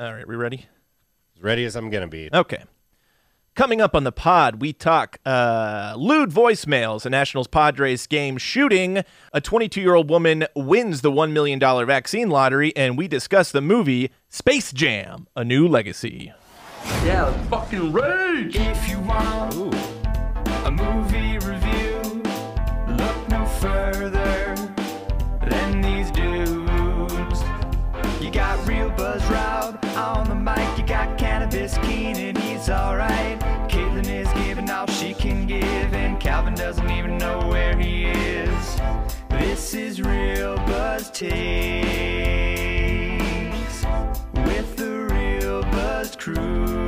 All right, we ready? As ready as I'm gonna be. Okay. Coming up on the pod, we talk uh, lewd voicemails, a Nationals Padres game shooting. A 22 year old woman wins the $1 million vaccine lottery, and we discuss the movie Space Jam A New Legacy. Yeah, let's fucking rage! If you want a movie review, look no further than these dudes. You got real Buzz Rob on the mic, you got Cannabis Keenan, he's alright. Caitlin is giving all she can give, and Calvin doesn't even know where he is. This is Real Buzz Takes with the Real Buzz Crew.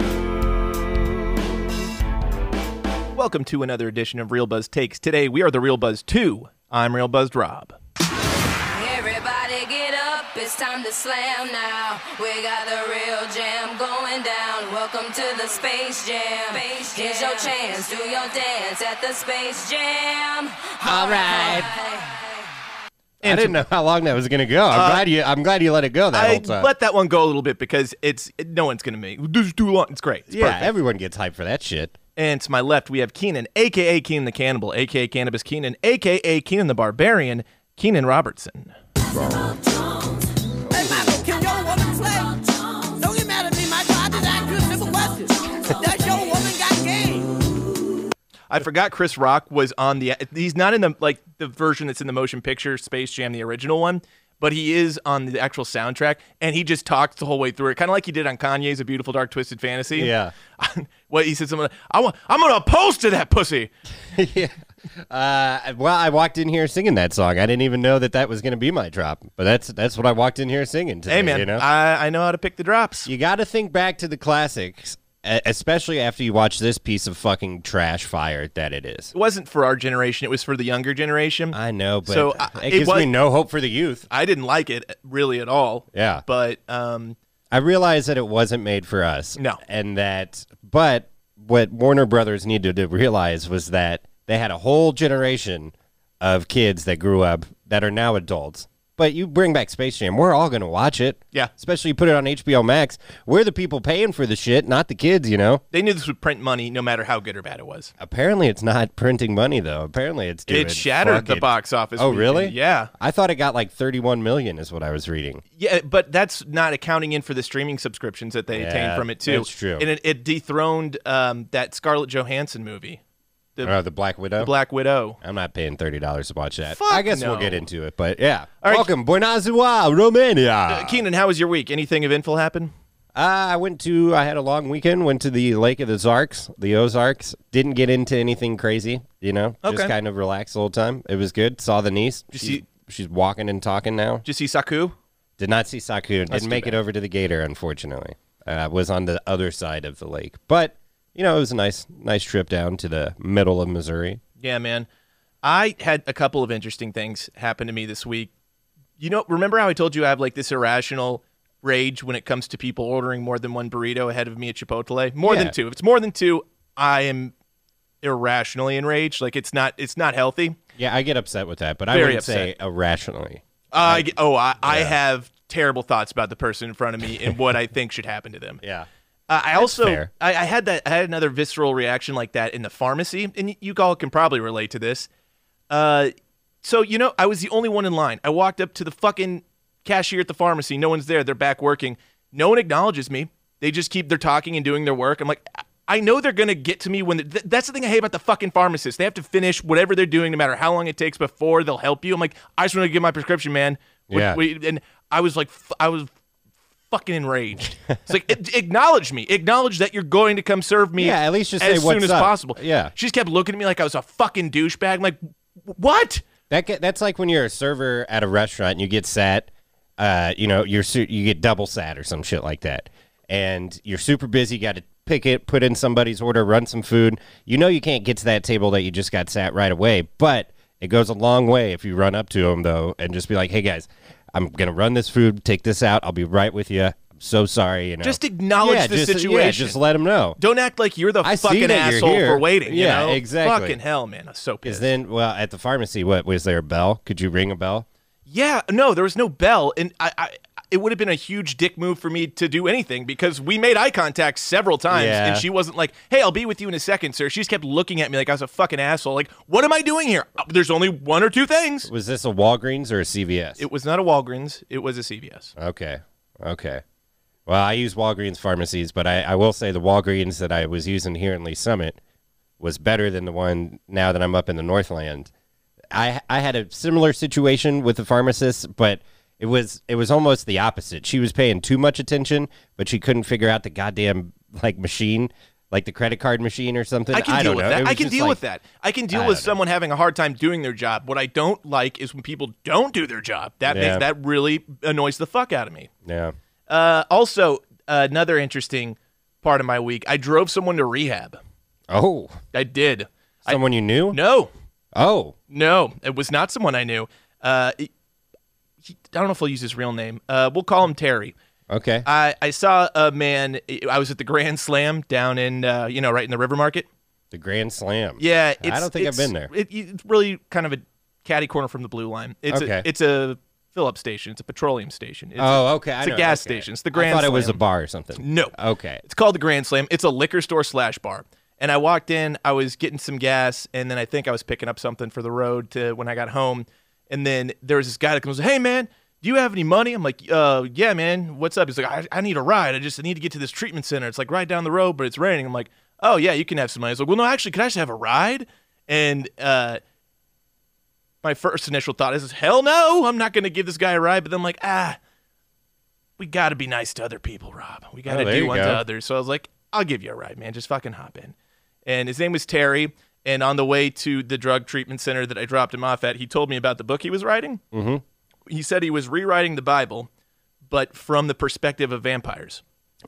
Welcome to another edition of Real Buzz Takes. Today, we are the Real Buzz 2. I'm Real Buzzed Rob. Everybody get up, it's time to slam now. We got the real jam going down. Welcome to the Space Jam. Here's your chance, do your dance at the Space Jam. All right. I didn't know how long that was gonna go. I'm glad you. I'm glad you let it go that Uh, I whole time. let that one go a little bit because it's no one's going to make this is too long. It's great. It's yeah, perfect. everyone gets hyped for that shit. And to my left, we have Keenan, aka Keenan the Cannibal, aka Cannabis Keenan, aka Keenan the Barbarian, Keenan Robertson. Hey, Michael, can your woman play? Don't get mad at me, Michael. I just asked you a simple question. Does your woman got game? I forgot Chris Rock was on the. He's not in the like the version that's in the motion picture Space Jam, the original one, but he is on the actual soundtrack, and he just talks the whole way through it, kind of like he did on Kanye's "A Beautiful Dark Twisted Fantasy." Yeah. what he said, something. like, I want. I'm gonna oppose to that pussy. Uh, well, I walked in here singing that song. I didn't even know that that was gonna be my drop, but that's that's what I walked in here singing today. Hey man, you know, I I know how to pick the drops. you got to think back to the classics, e- especially after you watch this piece of fucking trash fire that it is. It wasn't for our generation; it was for the younger generation. I know, but So, so, I- it it gives was- me no hope for the youth. I didn't like it uh, really at all. Yeah. But um, I realize that it wasn't made for us. No. And that, but what Warner Brothers needed to realize was that they had a whole generation of kids that grew up that are now adults. But you bring back Space Jam, we're all going to watch it. Yeah. Especially you put it on HBO Max. We're the people paying for the shit, not the kids, you know? they knew this would print money no matter how good or bad it was. Apparently it's not printing money, though. Apparently it's doing it shattered the fucking- box office. Oh, weekend. really? Yeah. I thought it got like 31 million, is what I was reading. Yeah, but that's not accounting in for the streaming subscriptions that they Yeah, attained from it, too. that's true. And it, it dethroned um, that Scarlett Johansson movie, Oh, the Black Widow? The Black Widow. I'm not paying thirty dollars to watch that. Fuck I guess no. we'll get into it, but yeah. All right. Welcome, Buenos Aires, Romania. Uh, Keenan, how was your week? Anything eventful happen? I went to. I had a long weekend. Went to the Lake of the Zarks, the Ozarks. Didn't get into anything crazy. You know, Okay. just kind of relaxed the whole time. It was good. Saw the niece. you She's, see- she's walking and talking now. Did you see Saku? Did not see Saku. That's Didn't too make it bad. over to the Gator, unfortunately. Uh, was on the other side of the lake, but you know, it was a nice, nice trip down to the middle of Missouri. Yeah, man. I had a couple of interesting things happen to me this week. You know, remember how I told you I have like this irrational rage when it comes to people ordering more than one burrito ahead of me at Chipotle? More than Yeah. two. If it's more than two, I am irrationally enraged. Like it's not it's not healthy. Yeah, I get upset with that, but I Very wouldn't say upset. irrationally. I, oh, I, I have terrible thoughts about the person in front of me and what I think should happen to them. Yeah. Uh, I also I, fair. I had that I had another visceral reaction like that in the pharmacy, and y- you all can probably relate to this. Uh, so you know, I was the only one in line. I walked up to the fucking cashier at the pharmacy. No one's there. They're back working. No one acknowledges me. They just keep they're talking and doing their work. I'm like, I- I know they're gonna get to me when. Th- that's the thing I hate about the fucking pharmacists. They have to finish whatever they're doing, no matter how long it takes before they'll help you. I'm like, I just want to get my prescription, man. Would- Yeah. would- and I was like, f- I was fucking enraged. It's like "A- acknowledge me, acknowledge that you're going to come serve me. Yeah, at least just as say soon what's as up. possible. Yeah. she just kept looking at me like I was a fucking douchebag. I'm like, "Wh- what? That get, that's like when you're a server at a restaurant and you get sat, uh, you know, you're su- you get double sat or some shit like that, and you're super busy. Got to pick it, put in somebody's order, run some food. You know you can't get to that table that you just got sat right away, but it goes a long way if you run up to them though and just be like, "Hey guys, I'm gonna run this food, take this out. I'll be right with you. I'm so sorry." You know, Just acknowledge Yeah, the just- Yeah, situation. just let them know. Don't act like you're the I see fucking that you're asshole here. for waiting. you Yeah, know? exactly. Fucking hell, man. I'm so Because pissed. then, well, at the pharmacy, what was there a bell? Could you ring a bell? yeah, no, there was no bell, and I, I it would have been a huge dick move for me to do anything because we made eye contact several times, Yeah. and she wasn't like, "Hey, I'll be with you in a second, sir." She just kept looking at me like I was a fucking asshole. Like, what am I doing here? Uh, There's only one or two things. Was this a Walgreens or a CVS? It was not a Walgreens. It was a CVS. Okay. Okay. Well, I use Walgreens pharmacies, but I, I will say the Walgreens that I was using here in Lee Summit was better than the one now that I'm up in the Northland. I I had a similar situation with the pharmacist, but it was it was almost the opposite. She was paying too much attention, but she couldn't figure out the goddamn like machine, like the credit card machine or something. I can deal don't with know. It that. I was can just deal like- with that. I can deal I with don't know. someone having a hard time doing their job. What I don't like is when people don't do their job. That Yeah. makes, that really annoys the fuck out of me. Yeah. Uh, also, another interesting part of my week, I drove someone to rehab. Oh, I did. I- someone you knew? no, Oh, no, it was not someone I knew. Uh, he- he- I don't know if I'll use his real name. Uh, we'll call him Terry. okay. I, I saw a man. I was at the Grand Slam down in, uh, you know, right in the River Market. the Grand Slam. Yeah, it's, I don't think I've it's- been there. It, it's really kind of a catty corner from the blue line. It's Okay. a, it's a fill up station. It's a petroleum station. It's oh, a, okay. I It's a know, gas okay. station. It's the I Grand. thought it was a Slam. bar or something. No. Okay. It's called the Grand Slam. It's a liquor store slash bar. And I walked in. I was getting some gas, and then I think I was picking up something for the road to when I got home. And then there was this guy that comes, "Hey man, do you have any money?" I'm like, "Uh, yeah, man. What's up?" He's like, "I, I need a ride. I just need to get to this treatment center. It's like right down the road, but it's raining." I'm like, "Oh yeah, you can have some money." He's like, "Well, no, actually, can I just have a ride?" And uh, my first initial thought is, "Hell no, I'm not going to give this guy a ride." But then I'm like, "Ah, we got to be nice to other people, Rob. We got Oh, to there do you unto go. others." So I was like, "I'll give you a ride, man. Just fucking hop in." And his name was Terry. And on the way to the drug treatment center that I dropped him off at, he told me about the book he was writing. Mm-hmm. He said he was rewriting the Bible, but from the perspective of vampires.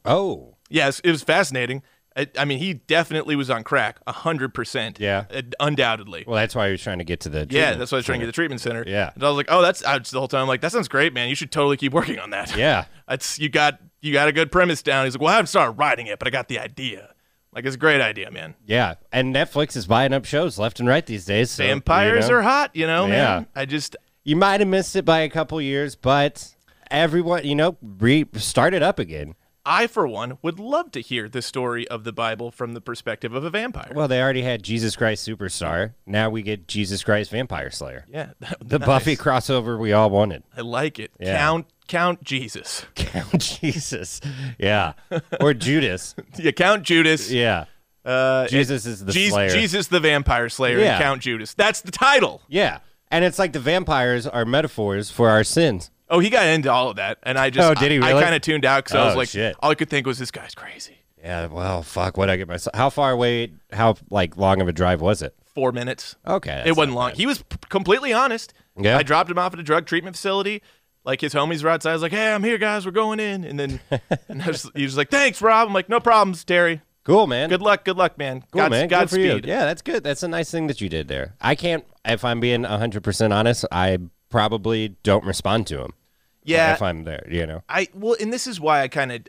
Oh, Yes, it was fascinating. I, I mean, he definitely was on crack, hundred percent. Yeah. uh, undoubtedly. well, that's why he was trying to get to the. yeah, treatment that's why I was trying to get the center. treatment center. Yeah. and I was like, oh, that's I was, the whole time. I'm like, that sounds great, man. You should totally keep working on that. Yeah. that's you got you got a good premise down. He's like, well, I haven't started writing it, but I got the idea. Like, it's a great idea, man. Yeah, and Netflix is buying up shows left and right these days. So, Vampires you know, are hot, you know. Yeah. man. I just You might have missed it by a couple years, but everyone, you know, re start it up again. I for one would love to hear the story of the Bible from the perspective of a vampire. Well, they already had Jesus Christ Superstar. Now we get Jesus Christ Vampire Slayer. yeah, The Buffy crossover we all wanted. I like it. Yeah. Count count Jesus. Count Jesus. Yeah. Or Judas. Yeah, Count Judas. Yeah. Uh, Jesus is the Jes- Slayer. Jesus the Vampire Slayer Yeah. and Count Judas. That's the title. Yeah. And it's like the vampires are metaphors for our sins. Oh, he got into all of that, and I just Oh, did he I- I, really? kind of tuned out because I was Oh, like, shit. all I could think was this guy's crazy. Yeah, well, fuck. What I get myself? How far away? How like long of a drive was it? Four minutes. Okay, Oh, that's it wasn't not long. He was p- completely honest. Yeah. I dropped him off at a drug treatment facility. Like his homies were outside. I was like, "Hey, I'm here, guys. We're going in." And then and I was, he was like, "Thanks, Rob." I'm like, "No problems, Terry. Cool, man. Good luck. Good luck, man. Cool, God, man. Good for Godspeed." you. Yeah, that's good. That's a nice thing that you did there. I can't. If I'm being hundred percent honest, I probably don't respond to him. Yeah. if I'm there, you know. I well, and this is why I kind of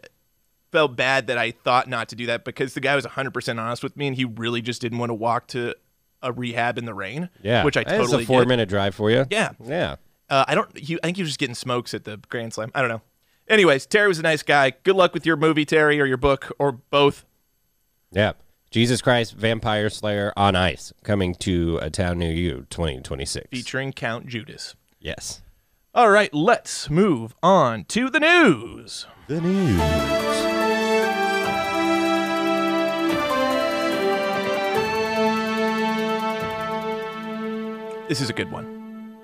felt bad that I thought not to do that because the guy was 100% honest with me and he really just didn't want to walk to a rehab in the rain. Yeah, Which I It's totally a four get. minute drive for you. Yeah. yeah. Uh, I don't, he, I think he was just getting smokes at the Grand Slam. I don't know. Anyways, Terry was a nice guy. Good luck with your movie, Terry, or your book, or both. Yeah. Jesus Christ Vampire Slayer on Ice coming to a town near you 2026. Featuring Count Judas. Yes. All right, let's move on to the news. The news. This is a good one.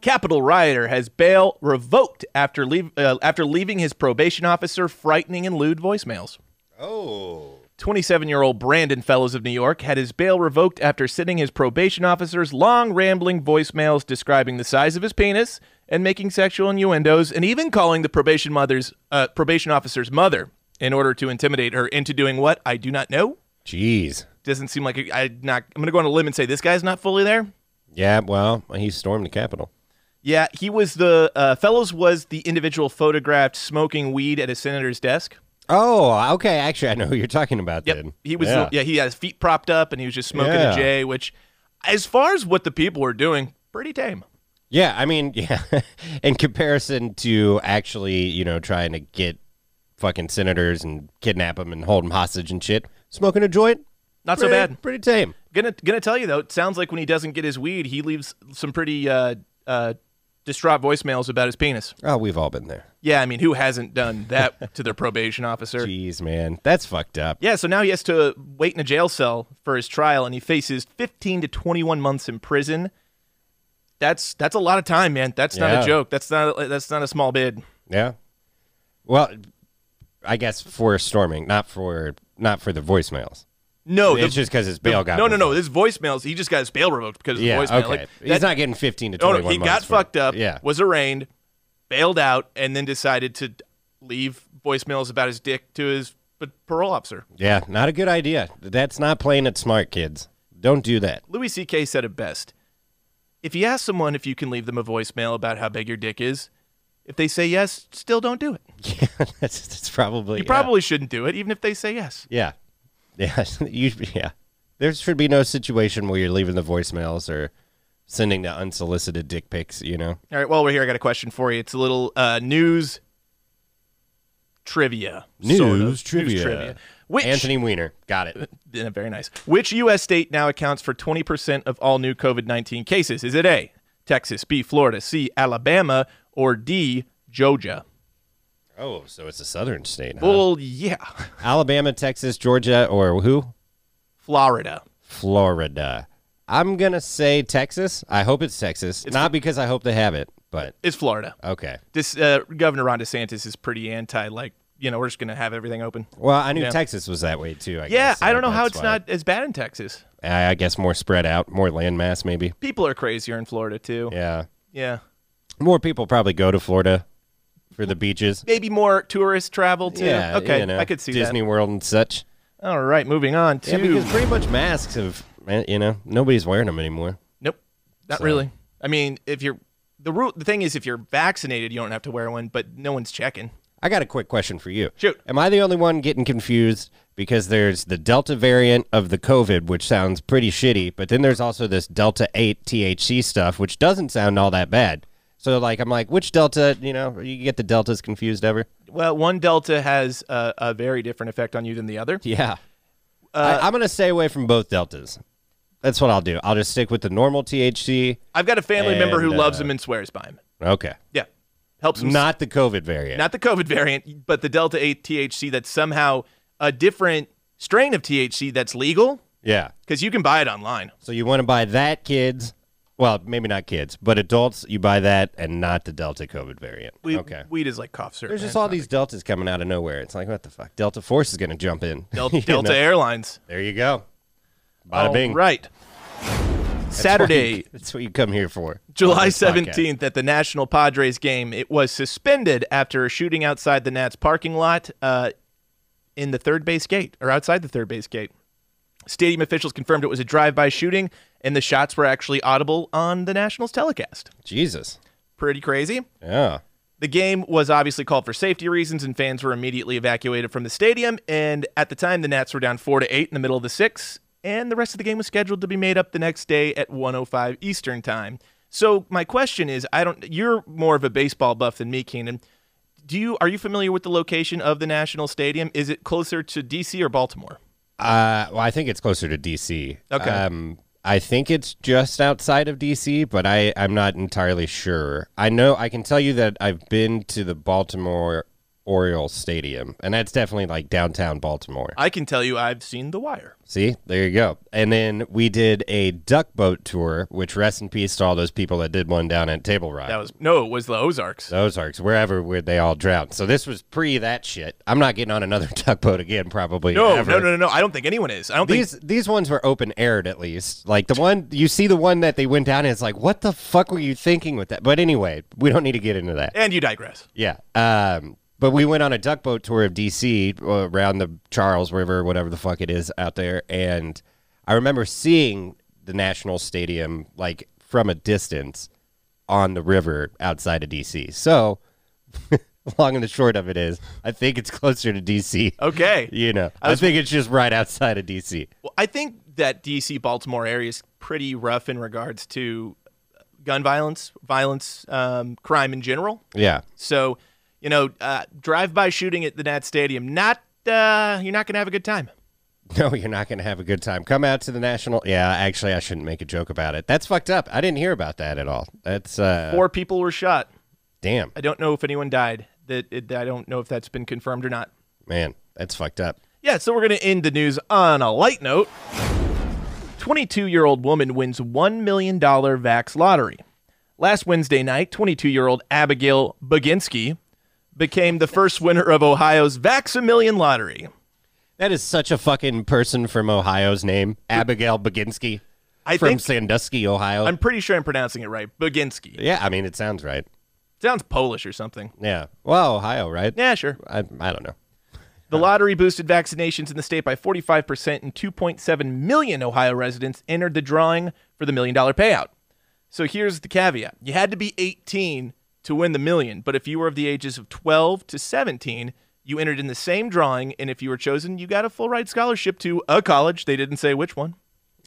Capital rioter has bail revoked after leave, uh, after leaving his probation officer frightening and lewd voicemails. Oh. 27 year old Brandon Fellows of New York had his bail revoked after sending his probation officers long, rambling voicemails describing the size of his penis and making sexual innuendos and even calling the probation, mother's, uh, probation officer's mother in order to intimidate her into doing what? I do not know. Jeez. Doesn't seem like a, I not, I'm going to go on a limb and say this guy's not fully there. Yeah, well, he stormed the Capitol. Yeah, he was the uh, Fellows was the individual photographed smoking weed at a senator's desk. Oh, okay. Actually, I know who you're talking about Yep. then. He was Yeah. yeah. he had his feet propped up and he was just smoking Yeah. a J, which as far as what the people were doing, pretty tame. Yeah, I mean, yeah. In comparison to actually, you know, trying to get fucking senators and kidnap them and hold them hostage and shit, smoking a joint, Not so pretty, bad. Pretty tame. Gonna gonna tell you though, it sounds like when he doesn't get his weed, he leaves some pretty uh uh distraught voicemails about his penis. Oh, we've all been there. Yeah, I mean, who hasn't done that to their probation officer? Jeez, man, that's fucked up. Yeah, so now he has to wait in a jail cell for his trial and he faces 15 to 21 months in prison. That's that's a lot of time, man. That's not Yeah. a joke. That's not that's not a small bid. Yeah. Well, I guess for storming, not for not for the voicemails. No, Oh, the- it's just because his bail got No, no, no. revoked. This voicemails. He just got his bail revoked because of Yeah, the voicemail. okay. Like, He's that- Oh, not getting 15 to No, 21 no. He got months for- fucked up. Yeah. Was arraigned, bailed out, and then decided to leave voicemails about his dick to his p- parole officer. Yeah, not a good idea. That's not playing it smart, kids. Don't do that. Louis C.K. said it best. If you ask someone if you can leave them a voicemail about how big your dick is, if they say yes, still don't do it. Yeah, that's, that's probably You yeah. probably shouldn't do it, even if they say yes. Yeah. Yeah. you, yeah. There should be no situation where you're leaving the voicemails or sending the unsolicited dick pics, you know? All right, while we're here, I got a question for you. It's a little uh, news trivia. sort of. News trivia. Which, Anthony Weiner. Got it. Yeah, very nice. Which U.S. state now accounts for 20% of all new COVID 19 cases? Is it A, Texas, B, Florida, C, Alabama, or D, Georgia? Oh, so it's a southern state. huh? Well, yeah, Alabama, Texas, Georgia, or who? Florida. Florida. I'm going to say Texas. I hope it's Texas. Not because I hope they have it, but It's Florida. okay. This uh, Governor Ron DeSantis is pretty anti, like, you know, we're just going to have everything open. Well, I knew Yeah. Texas was that way too. I Yeah, guess, so I don't know how that's it's why. not as bad in Texas. I I guess more spread out, more landmass, maybe. People are crazier in Florida, too. Yeah, yeah. more people probably go to Florida for the beaches. maybe more tourist travel too. Yeah, okay, you know, I could see Disney World and such. that. All right, moving on to Yeah, because pretty much masks have, man, you know, nobody's wearing them anymore. nope, not So- really. I mean, if you're the rule, the thing is, if you're vaccinated, you don't have to wear one, but no one's checking. I got a quick question for you. Shoot. Am I the only one getting confused because there's the Delta variant of the COVID, which sounds pretty shitty, but then there's also this Delta 8 THC stuff, which doesn't sound all that bad. So, like, I'm like, which Delta, you know, you get the Deltas confused ever? Well, one delta has a, a very different effect on you than the other. Yeah. Uh, I, I'm going to stay away from both deltas. That's what I'll do. I'll just stick with the normal THC. I've got a family member who And, loves uh, him and swears by him. Okay. Yeah, helps him. Not the COVID variant. not the COVID variant, but the delta eight THC that's somehow a different strain of THC that's legal yeah. because you can buy it online. So you want to buy that, kids. Well, maybe not kids, but adults, you buy that and not the Delta COVID variant. We, okay. weed is like cough syrup. There's man. just all these Deltas coming out of nowhere. It's like, what the fuck? Delta Force is going to jump in. Del- You Delta know? Airlines. There you go. Bada bing. All right. Saturday, That's what you come here for. July This podcast. 17th at the National Padres game, it was suspended after a shooting outside the Nats parking lot uh, in the third base gate or outside the third base gate. Stadium officials confirmed it was a drive-by shooting and the shots were actually audible on the Nationals telecast. Jesus. Pretty crazy. Yeah. The game was obviously called for safety reasons, and fans were immediately evacuated from the stadium. And at the time, the Nats were down four to eight in the middle of the sixth, and the rest of the game was scheduled to be made up the next day at 1:05 Eastern time. So my question is, I don't. You're more of a baseball buff than me, Keenan. Do you are you familiar with the location of the National Stadium? Is it closer to D.C. or Baltimore? Uh, well, I think it's closer to DC. Okay. Um, I think it's just outside of DC, but I, I'm not entirely sure. I know I can tell you that I've been to the Baltimore Oriole Stadium, and that's definitely like downtown Baltimore. I can tell you, I've seen The Wire. See, there you go. And then we did a duck boat tour, which rest in peace to all those people that did one down at Table Rock. That was no, it was the Ozarks. the Ozarks, wherever where they all drowned. So this was pre that shit. I'm not getting on another duck boat again, probably. No, ever. no, no, no, no. I don't think anyone is. I don't These these ones were open aired at least. Like the one you see, the one that they went down, and it's like, what the fuck were you thinking with that? But anyway, we don't need to get into that. think. And you digress. Yeah. Um, but we went on a duck boat tour of DC uh, around the Charles River, whatever the fuck it is out there, and I remember seeing the National Stadium like from a distance on the river outside of DC. So, long and the short of it is, I think it's closer to DC. Okay. You know, Oh. I I, was- think it's just right outside of DC. Well, I think that DC Baltimore area is pretty rough in regards to gun violence, violence, um, crime in general. Yeah. So, you know, uh, drive-by shooting at the Nat Stadium, not uh, you're not going to have a good time. No, you're not going to have a good time. Come out to the national. Yeah, actually, I shouldn't make a joke about it. That's fucked up. I didn't hear about that at all. That's uh, Four people were shot. damn, I don't know if anyone died. That it, I don't know if that's been confirmed or not. man. That's fucked up. Yeah, so we're going to end the news on a light note. 22 year old woman wins $1 million Vax lottery. Last Wednesday night, 22 year old Abigail Baginski became the first winner of Ohio's Vax a Million lottery. That is such a fucking person from Ohio's name, Abigail Baginski I from think Sandusky, Ohio. I'm pretty sure I'm pronouncing it right. Baginski. yeah, I mean, it sounds right. Sounds Polish or something. Yeah. Well, Ohio, right? Yeah, sure. I, I don't know. The lottery boosted vaccinations in the state by 45%, and 2.7 million Ohio residents entered the drawing for the million dollar payout. So here's the caveat you had to be 18 to win the million, but if you were of the ages of 12 to 17, you entered in the same drawing, and if you were chosen, you got a full ride scholarship to a college. They didn't say which one.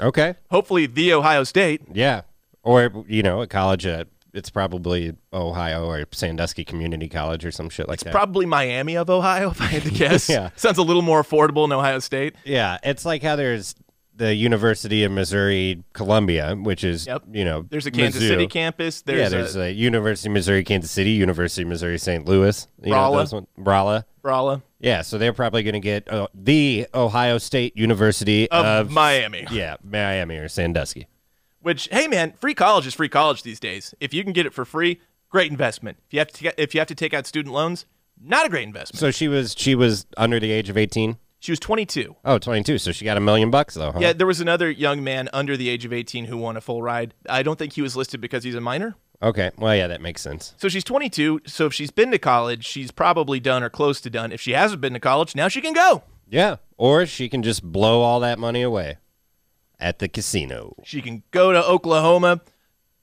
Okay. Hopefully, the Ohio State. Yeah. Or, you know, a college, uh, it's probably Ohio or Sandusky Community College or some shit like that. Probably Miami of Ohio, if I had to guess. Yeah. Sounds a little more affordable in Ohio State. yeah. It's like how there's the University of Missouri Columbia, which is, Yep. you know, There's a Kansas Mizzou. City campus. There's, yeah, there's a, University of Missouri Kansas City, University of Missouri St. Louis, you know, Rolla. those one- Rolla. Rolla Yeah, so they're probably going to get uh, the Ohio State University of of, Miami. Yeah, Miami or Sandusky. Which, hey man, free college is free college these days. If you can get it for free, great investment. If you have to, ta- if you have to take out student loans, not a great investment. So she was she was under the age of 18. She was 22. Oh, 22. So she got a million bucks though. Huh? Yeah, there was another young man under the age of 18 who won a full ride. I don't think he was listed because he's a minor. Okay. Well, yeah, that makes sense. So she's 22. So if she's been to college, she's probably done or close to done. If she hasn't been to college, now she can go. Yeah, or she can just blow all that money away at the casino. She can go to Oklahoma,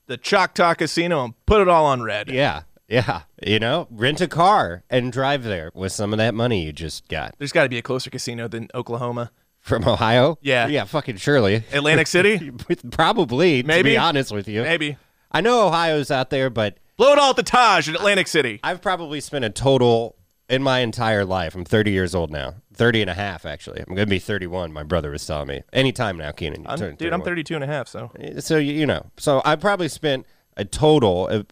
the Choctaw Casino, and put it all on red. Yeah. Yeah, you know, rent a car and drive there with some of that money you just got There's got to be a closer casino than Oklahoma. from Ohio. Yeah. yeah, fucking surely, Atlantic City? probably. to Maybe. be honest with you, Maybe. I know Ohio's out there, but Blow it all at the Taj in Atlantic City. I've probably spent a total in my entire life. I'm 30 years old now. 30 and a half, actually. I'm going to be 31, my brother was telling me. Anytime now, Keenan. you I'm, turn dude, I'm 31. 32 and a half, so. So, you, you know, so I probably spent a total of,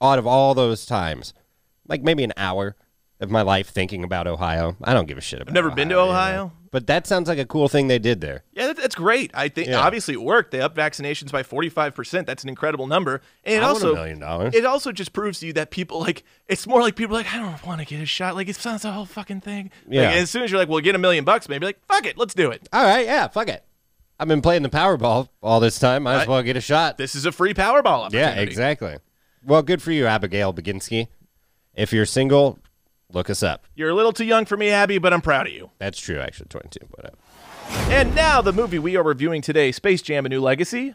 out of all those times, like maybe an hour of my life thinking about Ohio. I don't give a shit about I've never been to you know. Ohio. But that sounds like a cool thing they did there. Yeah, that, that's great. I think Yeah. obviously it worked. They upped vaccinations by 45%. That's an incredible number. And it I want a also million dollars. it also just proves to you that people like it's more like people are like I don't want to get a shot. Like it sounds the whole fucking thing. Like, Yeah. as soon as you're like, well, get a million bucks, maybe like fuck it, let's do it. All right, yeah, fuck it. I've been playing the Powerball all this time. Might as well get a shot. This is a free Powerball Yeah, opportunity. exactly. Well, good for you, Abigail Baginski. If you're single, look us up. You're a little too young for me, Abby, but I'm proud of you. That's true, actually. uh, 22, whatever. And now the movie we are reviewing today, Space Jam: A New Legacy,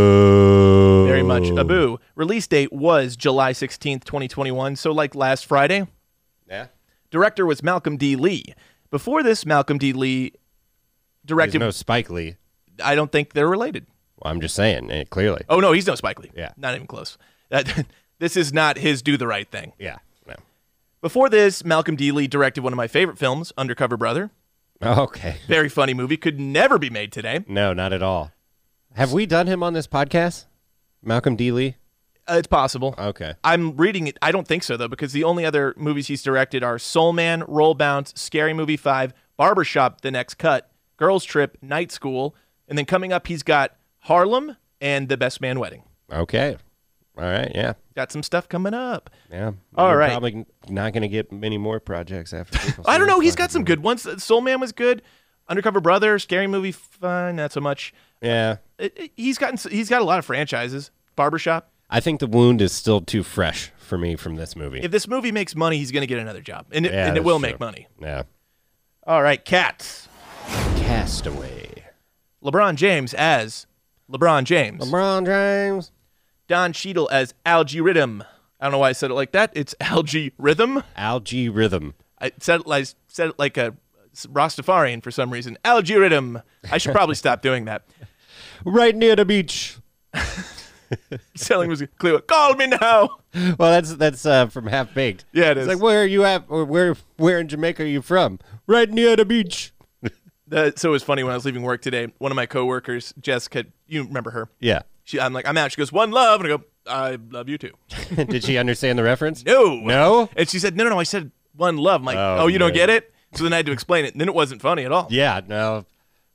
Boo. very much a boo. Release date was July 16th, 2021, so like last Friday. Yeah. Director was Malcolm D. Lee. Before this, Malcolm D. Lee There's directed. no Spike Lee. I don't think they're related. Well, I'm just saying, eh, clearly. Oh no, he's no Spike Lee. Yeah. not even close. That, this is not his do the right thing. Yeah. No. Before this, Malcolm D. Lee directed one of my favorite films, Undercover Brother. Okay. Very funny movie. Could never be made today. No, not at all. Have we done him on this podcast? Malcolm D. Lee? Uh, it's possible. Okay. I'm reading it. I don't think so though, because the only other movies he's directed are Soul Man, Roll Bounce, Scary Movie Five, Barbershop, The Next Cut, Girls Trip, Night School, and then coming up he's got Harlem and The Best Man Wedding. Okay. All right. Yeah. Got some stuff coming up. Yeah. All We're right. Probably not going to get many more projects after. People I don't see know. this He's got fucking some movie. good ones. Soul Man was good. Undercover Brother, Scary Movie, fine, not so much. Yeah. It, it- he's gotten s- he's got a lot of franchises. Barbershop. I think the wound is still too fresh for me from this movie. If this movie makes money, he's going to get another job, and it, Yeah, and it that's will true. make money. yeah. All right, cats. Castaway. LeBron James as LeBron James. LeBron James. Don Cheadle as Algae Rhythm. I don't know why I said it like that. It's Algae Rhythm. Algae Rhythm. I said it, like- said it like a Rastafarian for some reason. Algae Rhythm. I should probably stop doing that. Right near the beach. Selling was clear. Call me now. Well, that's that's uh, from Half Baked. Yeah, it it's is. like where are you at? Or where where in Jamaica are you from? Right near the beach. That, so it was funny when I was leaving work today. One of my coworkers, Jessica, you remember her? Yeah. She, I'm like, I'm out. She goes, one love, and I go, I love you too. Did she understand the reference? No, No? And she said, no, no, no. I said one love. I'm like, Oh, oh, you don't man. get it. So then I had to explain it, and then it wasn't funny at all. Yeah, no.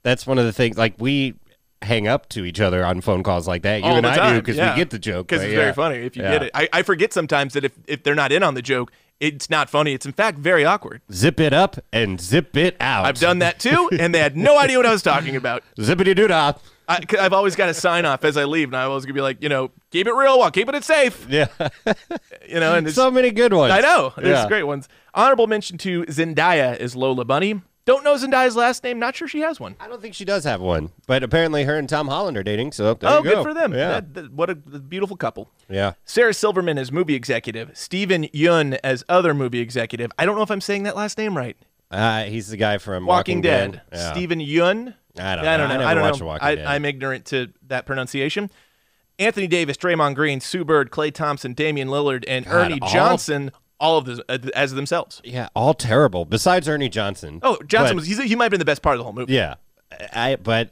That's one of the things. Like we hang up to each other on phone calls like that. You all and the I time. do because yeah. we get the joke. Because but it's yeah. very funny if you Yeah. get it. I, I forget sometimes that if, if they're not in on the joke, it's not funny. It's in fact very awkward. Zip it up and zip it out. I've done that too, and they had no idea what I was talking about. Zippity doo dah. I, 'cause I've always got to sign off as I leave, and I always gonna be like, you know, keep it real while keeping it safe. Yeah. You know, and it's, so many good ones. I know there's Yeah. great ones. Honorable mention to Zendaya is Lola Bunny. Don't know Zendaya's last name. Not sure she has one. I don't think she does have one, but apparently her and Tom Holland are dating. So there oh, you go. good for them. Yeah. That- that- what a beautiful couple. yeah. Sarah Silverman as movie executive, Steven Yun as other movie executive. I don't know if I'm saying that last name right. Uh, he's the guy from Walking, Dead, Yeah. Stephen Yun. I don't I know. don't I know. never don't watched know. Walking I, Dead. I'm ignorant to that pronunciation. Anthony Davis, Draymond Green, Sue Bird, Clay Thompson, Damian Lillard, and Ernie all- Johnson, all of those uh, as themselves. Yeah, all terrible. Besides Ernie Johnson. Oh, Johnson But- was, he's, he might have been the best part of the whole movie. Yeah, I. But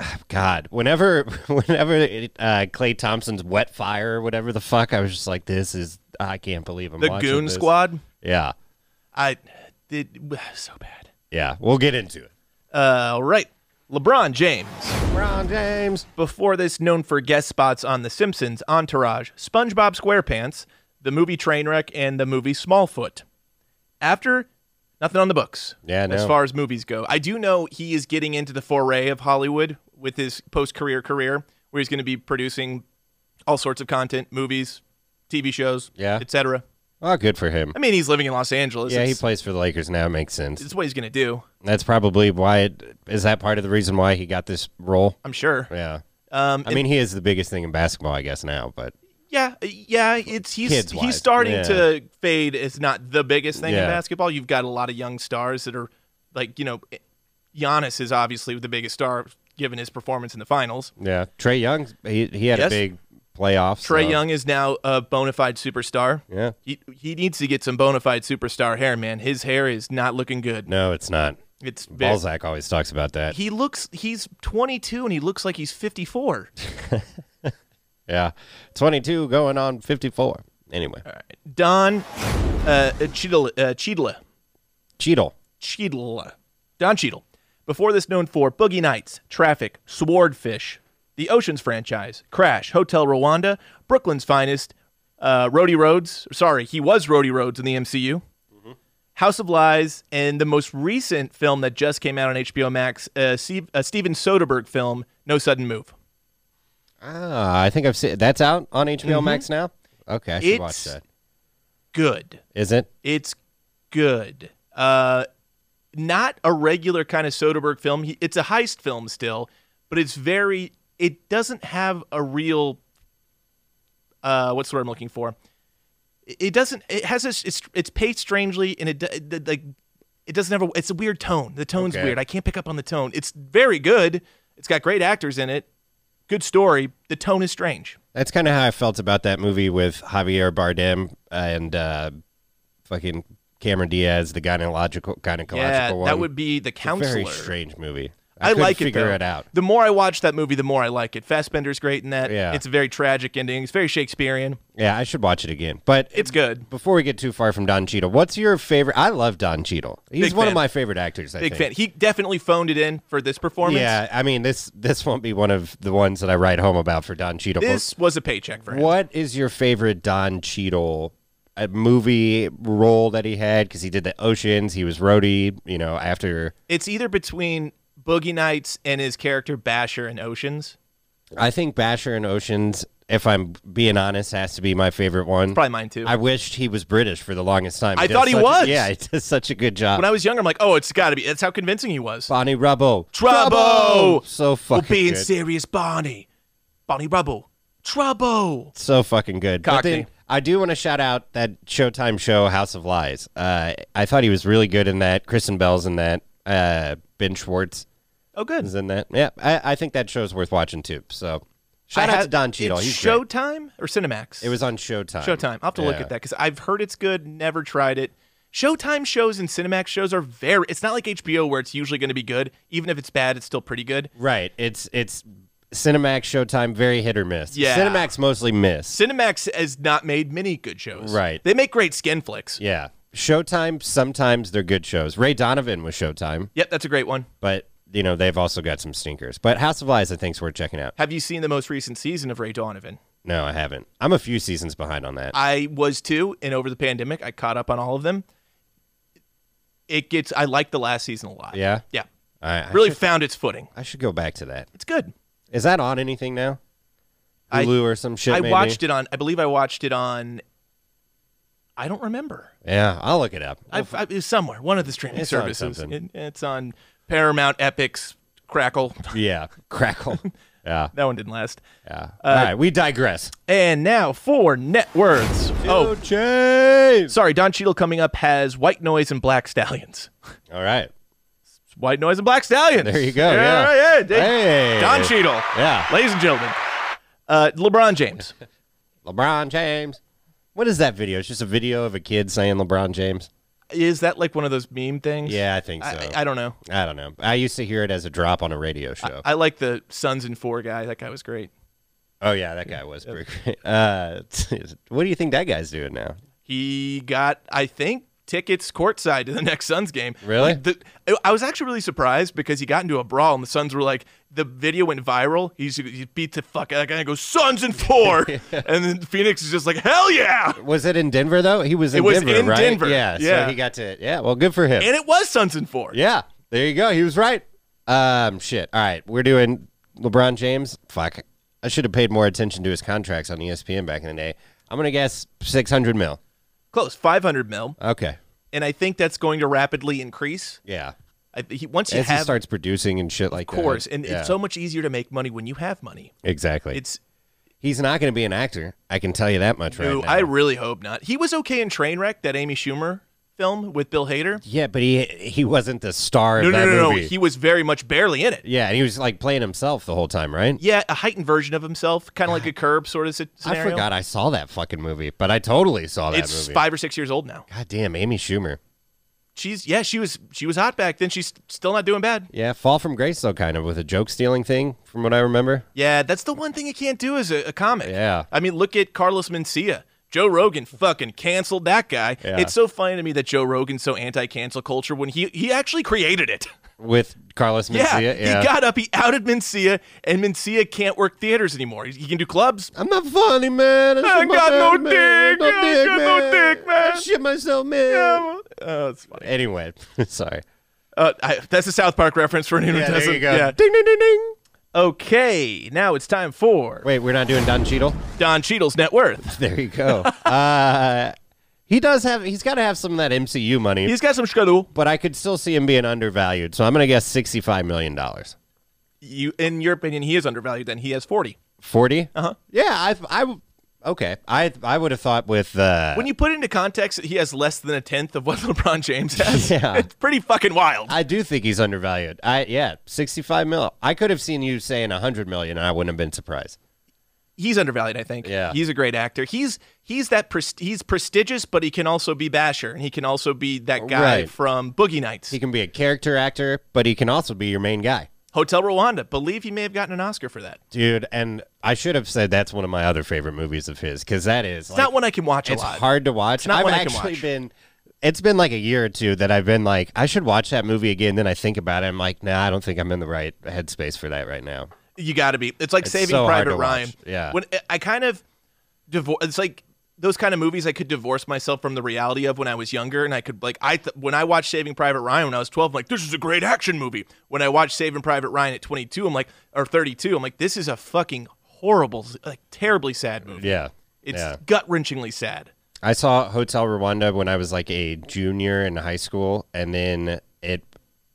ah, God, whenever, whenever it, uh, Clay Thompson's wet fire or whatever the fuck, I was just like, this is. I can't believe I'm the watching Goon this. Squad, Yeah, I did so bad. yeah. We'll get into it. Uh, all right. LeBron James, Ron James. before this known for guest spots on The Simpsons, Entourage, SpongeBob SquarePants, the movie Trainwreck, and the movie Smallfoot. After, nothing on the books. Yeah, As no. far as movies go, I do know he is getting into the foray of Hollywood with his post-career career, where he's going to be producing all sorts of content, movies, TV shows, Yeah. etc. Oh, good for him. I mean, he's living in Los Angeles. Yeah, he It's- plays for the Lakers now. It makes sense. it's what he's going to do. That's probably why. It, is that part of the reason why he got this role? I'm sure. Yeah. Um, I mean, he is the biggest thing in basketball, I guess now. But Yeah, uh, yeah, it's he's Kids-wise, he's starting yeah. to fade. It's not the biggest thing in Yeah. basketball. You've got a lot of young stars that are like you know, eh, Giannis is obviously the biggest star given his performance in the finals. yeah, Trey Young. He he had Yes. a big playoff. Trey so- Young is now a bona fide superstar. Yeah. He, he needs to get some bona fide superstar hair, man. His hair is not looking good. No, it's not. It's ve- Balzac always talks about that. He looks he's 22 and he looks like he's 54. Yeah. 22 going on 54. Anyway, Don uh, Cheadle, uh, Cheadle Cheadle. Cheadle. Don Cheadle. Before this known for Boogie Nights, Traffic, Swordfish, the Oceans franchise, Crash, Hotel Rwanda, Brooklyn's Finest, uh, Rhodey Rhodes. Sorry, he was Rhodey Rhodes in the MCU. House of Lies, and the most recent film that just came out on HBO Max, a, Steve, a Steven Soderbergh film, No Sudden Move. Ah, I think I've seen that's out on HBO Max now. Okay, I should watch Mm-hmm. It's- that. Good. Is it? It's good. Uh, not a regular kind of Soderbergh film. He, it's a heist film still, but it's very. It doesn't have a real. Uh, what's the word I'm looking for? It, it doesn't. It has a. It's, it's paced strangely, and it do- it it- like. It doesn't have a. It's a weird tone. The tone's Okay. weird. I can't pick up on the tone. It's very good. It's got great actors in it. Good story. The tone is strange. That's kind of how I felt about that movie with Javier Bardem and uh, fucking Cameron Diaz, the gynecological gynecological yeah, one. that would be the It's a counselor. Very strange movie. I, couldn't like it. figure though. it out. The more I watch that movie, the more I like it. Fassbender's great in that. Yeah. It's a very tragic ending. It's very Shakespearean. Yeah, I should watch it again. But It's good. before we get too far from Don Cheadle, what's your favorite? I love Don Cheadle. He's Big one fan. of my favorite actors. I Big think. fan. He definitely phoned it in for this performance. Yeah, I mean this this won't be one of the ones that I write home about for Don Cheadle. but This was a paycheck for him. What is your favorite Don Cheadle uh, movie role that he had? Because he did the Oceans, he was Rhodey. You know, after It's either between Boogie Nights and his character Basher in Oceans. I think Basher and Oceans. If I'm being honest, has to be my favorite one. Probably mine too. I wished he was British for the longest time. I did thought he such- was. Yeah, he does such a good job. when I was younger, I'm like, oh, it's got to be. That's how convincing he was. Bonnie Rubble. Trouble. So Well, fucking being good. serious, Bonnie. Bonnie Rubble. Trouble. so fucking good. But Cockney. then I do want to shout out that Showtime show House of Lies. Uh, I thought he was really good in that. Kristen Bell's in that. Uh, ben Schwartz Oh, good. is in that. Yeah, I, I think that show's worth watching too. So shout I out had- to Don Cheadle. It's He's great. Showtime or Cinemax? It was on Showtime. Showtime. I'll have to look Yeah. at that because I've heard it's good, never tried it. Showtime shows and Cinemax shows are very. It's not like HBO where it's usually going to be good. Even if it's bad, it's still pretty good. Right. It's it's Cinemax Showtime. Very hit or miss. Yeah. Cinemax mostly miss. Cinemax has not made many good shows. Right. They make great skin flicks. yeah. Showtime. Sometimes they're good shows. Ray Donovan was Showtime, Yep, that's a great one. but you know they've also got some stinkers. But House of Lies, I think's worth checking out. Have you seen the most recent season of Ray Donovan? No, I haven't. I'm a few seasons behind on that. I was too, and over the pandemic, I caught up on all of them. It gets. I like the last season a lot. Yeah? Yeah. I, I really should, found its footing. I should go back to that. It's good. Is that on anything now? I- Hulu or some shit? I watched it on. I believe I watched it on. I don't remember. Yeah, I'll look it up. I've, I, it was somewhere. One of the streaming It's on services. It- something. it's on Paramount, Epix, Crackle. yeah, crackle. yeah, that one didn't last. yeah. Uh, All right, we digress. And now for net words. Oh, James. sorry. Don Cheadle coming up has White Noise and Black Stallions. All right. White Noise and Black Stallions. There you go, Yeah, yeah. right, yeah, Dave- Hey. Don Cheadle. Yeah. Ladies and gentlemen, uh, LeBron James. LeBron James. What is that video? It's just a video of a kid saying LeBron James. Is that like one of those meme things? Yeah, I think so. I, I don't know. I don't know. I used to hear it as a drop on a radio show. I like the Sons and Four guy. That guy was great. oh yeah, that guy was pretty great. Uh, what do you think that guy's doing now? he got I think tickets courtside to the next Suns game. Really? Like, the, I- I was actually really surprised because he got into a brawl and the Suns were like the video went viral. He's he beat the fuck out of that guy and goes Suns in four, and then Phoenix is just like hell yeah, Was it in Denver though? He was in It was Denver, in right? Denver. Yeah, Yeah. So he got to yeah. Well, good for him. and it was Suns in four. yeah, there you go. He was right. Um, shit. All right, we're doing LeBron James. Fuck, I should have paid more attention to his contracts on E ESPN back in the day. I'm gonna guess 600 mil. close 500 mil, Okay. and I think that's going to rapidly increase. Yeah. I, he, once you As he have starts producing and shit like course, that. and Yeah. it's so much easier to make money when you have money. exactly. It's He's not going to be an actor. I can tell you that much right no, now. I really hope not. He was okay in Trainwreck, that Amy Schumer film with Bill Hader. yeah, but he he wasn't the star No, of no, that no, no. movie. He was very much barely in it. yeah, and he was like playing himself the whole time, right? Yeah, a heightened version of himself, kind of like a curb sort of si- I scenario. forgot I saw that fucking movie, but I totally saw that It's movie. five or six years old now. God damn, Amy Schumer. She's yeah, she was she was hot back then. She's still not doing bad. Yeah, Fall from Grace though, kind of with a joke stealing thing, from what I remember. Yeah, that's the one thing you can't do as a, a comic. Yeah. I mean, look at Carlos Mencia. Joe Rogan fucking canceled that guy. Yeah. It's so funny to me that Joe Rogan's so anti-cancel culture when he he actually created it. With Carlos Yeah, Mencia. he got up, he outed Mencia, and Mencia can't work theaters anymore. He, he can do clubs. I'm not funny, man. I, I shit got myself, no man. dick. I got no dick, man. I shit myself, man. Oh, that's funny. Anyway, sorry. Uh, I, that's a South Park reference for anyone who Yeah, doesn't. there you go. yeah. Ding, ding, ding, ding. Okay, now it's time for Wait, we're not doing Don Cheadle? Don Cheadle's net worth. There you go. uh, he does have. He's got to have some of that MCU money, He's got some schedule. but I could still see him being undervalued. So I'm going to guess sixty-five million dollars. You, in your opinion, he is undervalued. Then he has forty. Forty? Uh-huh. Yeah. I. I. w- Okay. I. I would have thought with. Uh, When you put it into context, that he has less than a tenth of what LeBron James has. Yeah. it's pretty fucking wild. I do think he's undervalued. I. Yeah. Sixty-five mil. I could have seen you saying hundred million, and I wouldn't have been surprised. he's undervalued, I think. Yeah. he's a great actor. He's he's that prest he's prestigious, but he can also be Basher, and he can also be that guy Right. from Boogie Nights. He can be a character actor, but he can also be your main guy. Hotel Rwanda. Believe he may have gotten an Oscar for that. dude. And I should have said that's one of my other favorite movies of his because that is It's not one I can watch a it's lot. hard to watch. not I've one I can actually watch. been. It's been like a year or two that I've been like, I should watch that movie again. Then I think about it. I'm like, nah, I don't think I'm in the right headspace for that right now. You got to be. It's like It's Saving so hard Private to Ryan. watch. Yeah. When I kind of divorce, it's like those kind of movies I could divorce myself from the reality of when I was younger, and I could like I th- when I watched Saving Private Ryan when I was twelve, I'm like this is a great action movie. When I watched Saving Private Ryan at twenty two, I'm like or thirty two, I'm like this is a fucking horrible, like terribly sad movie. Yeah. It's yeah. gut wrenchingly sad. I saw Hotel Rwanda when I was like a junior in high school, and then it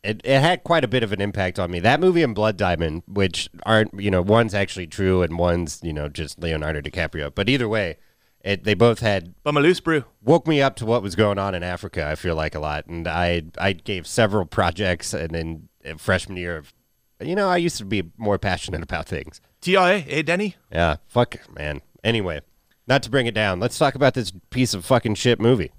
it, it had quite a bit of an impact on me. That movie and Blood Diamond, which aren't you know one's actually true and one's you know just Leonardo DiCaprio, but either way, it they both had But my loose brew. woke me up to what was going on in Africa. I feel like a lot, and I I gave several projects, and then uh, freshman year of you know I used to be more passionate about things. TIA, hey Denny. Yeah, fuck man. Anyway, not to bring it down, let's talk about this piece of fucking shit movie.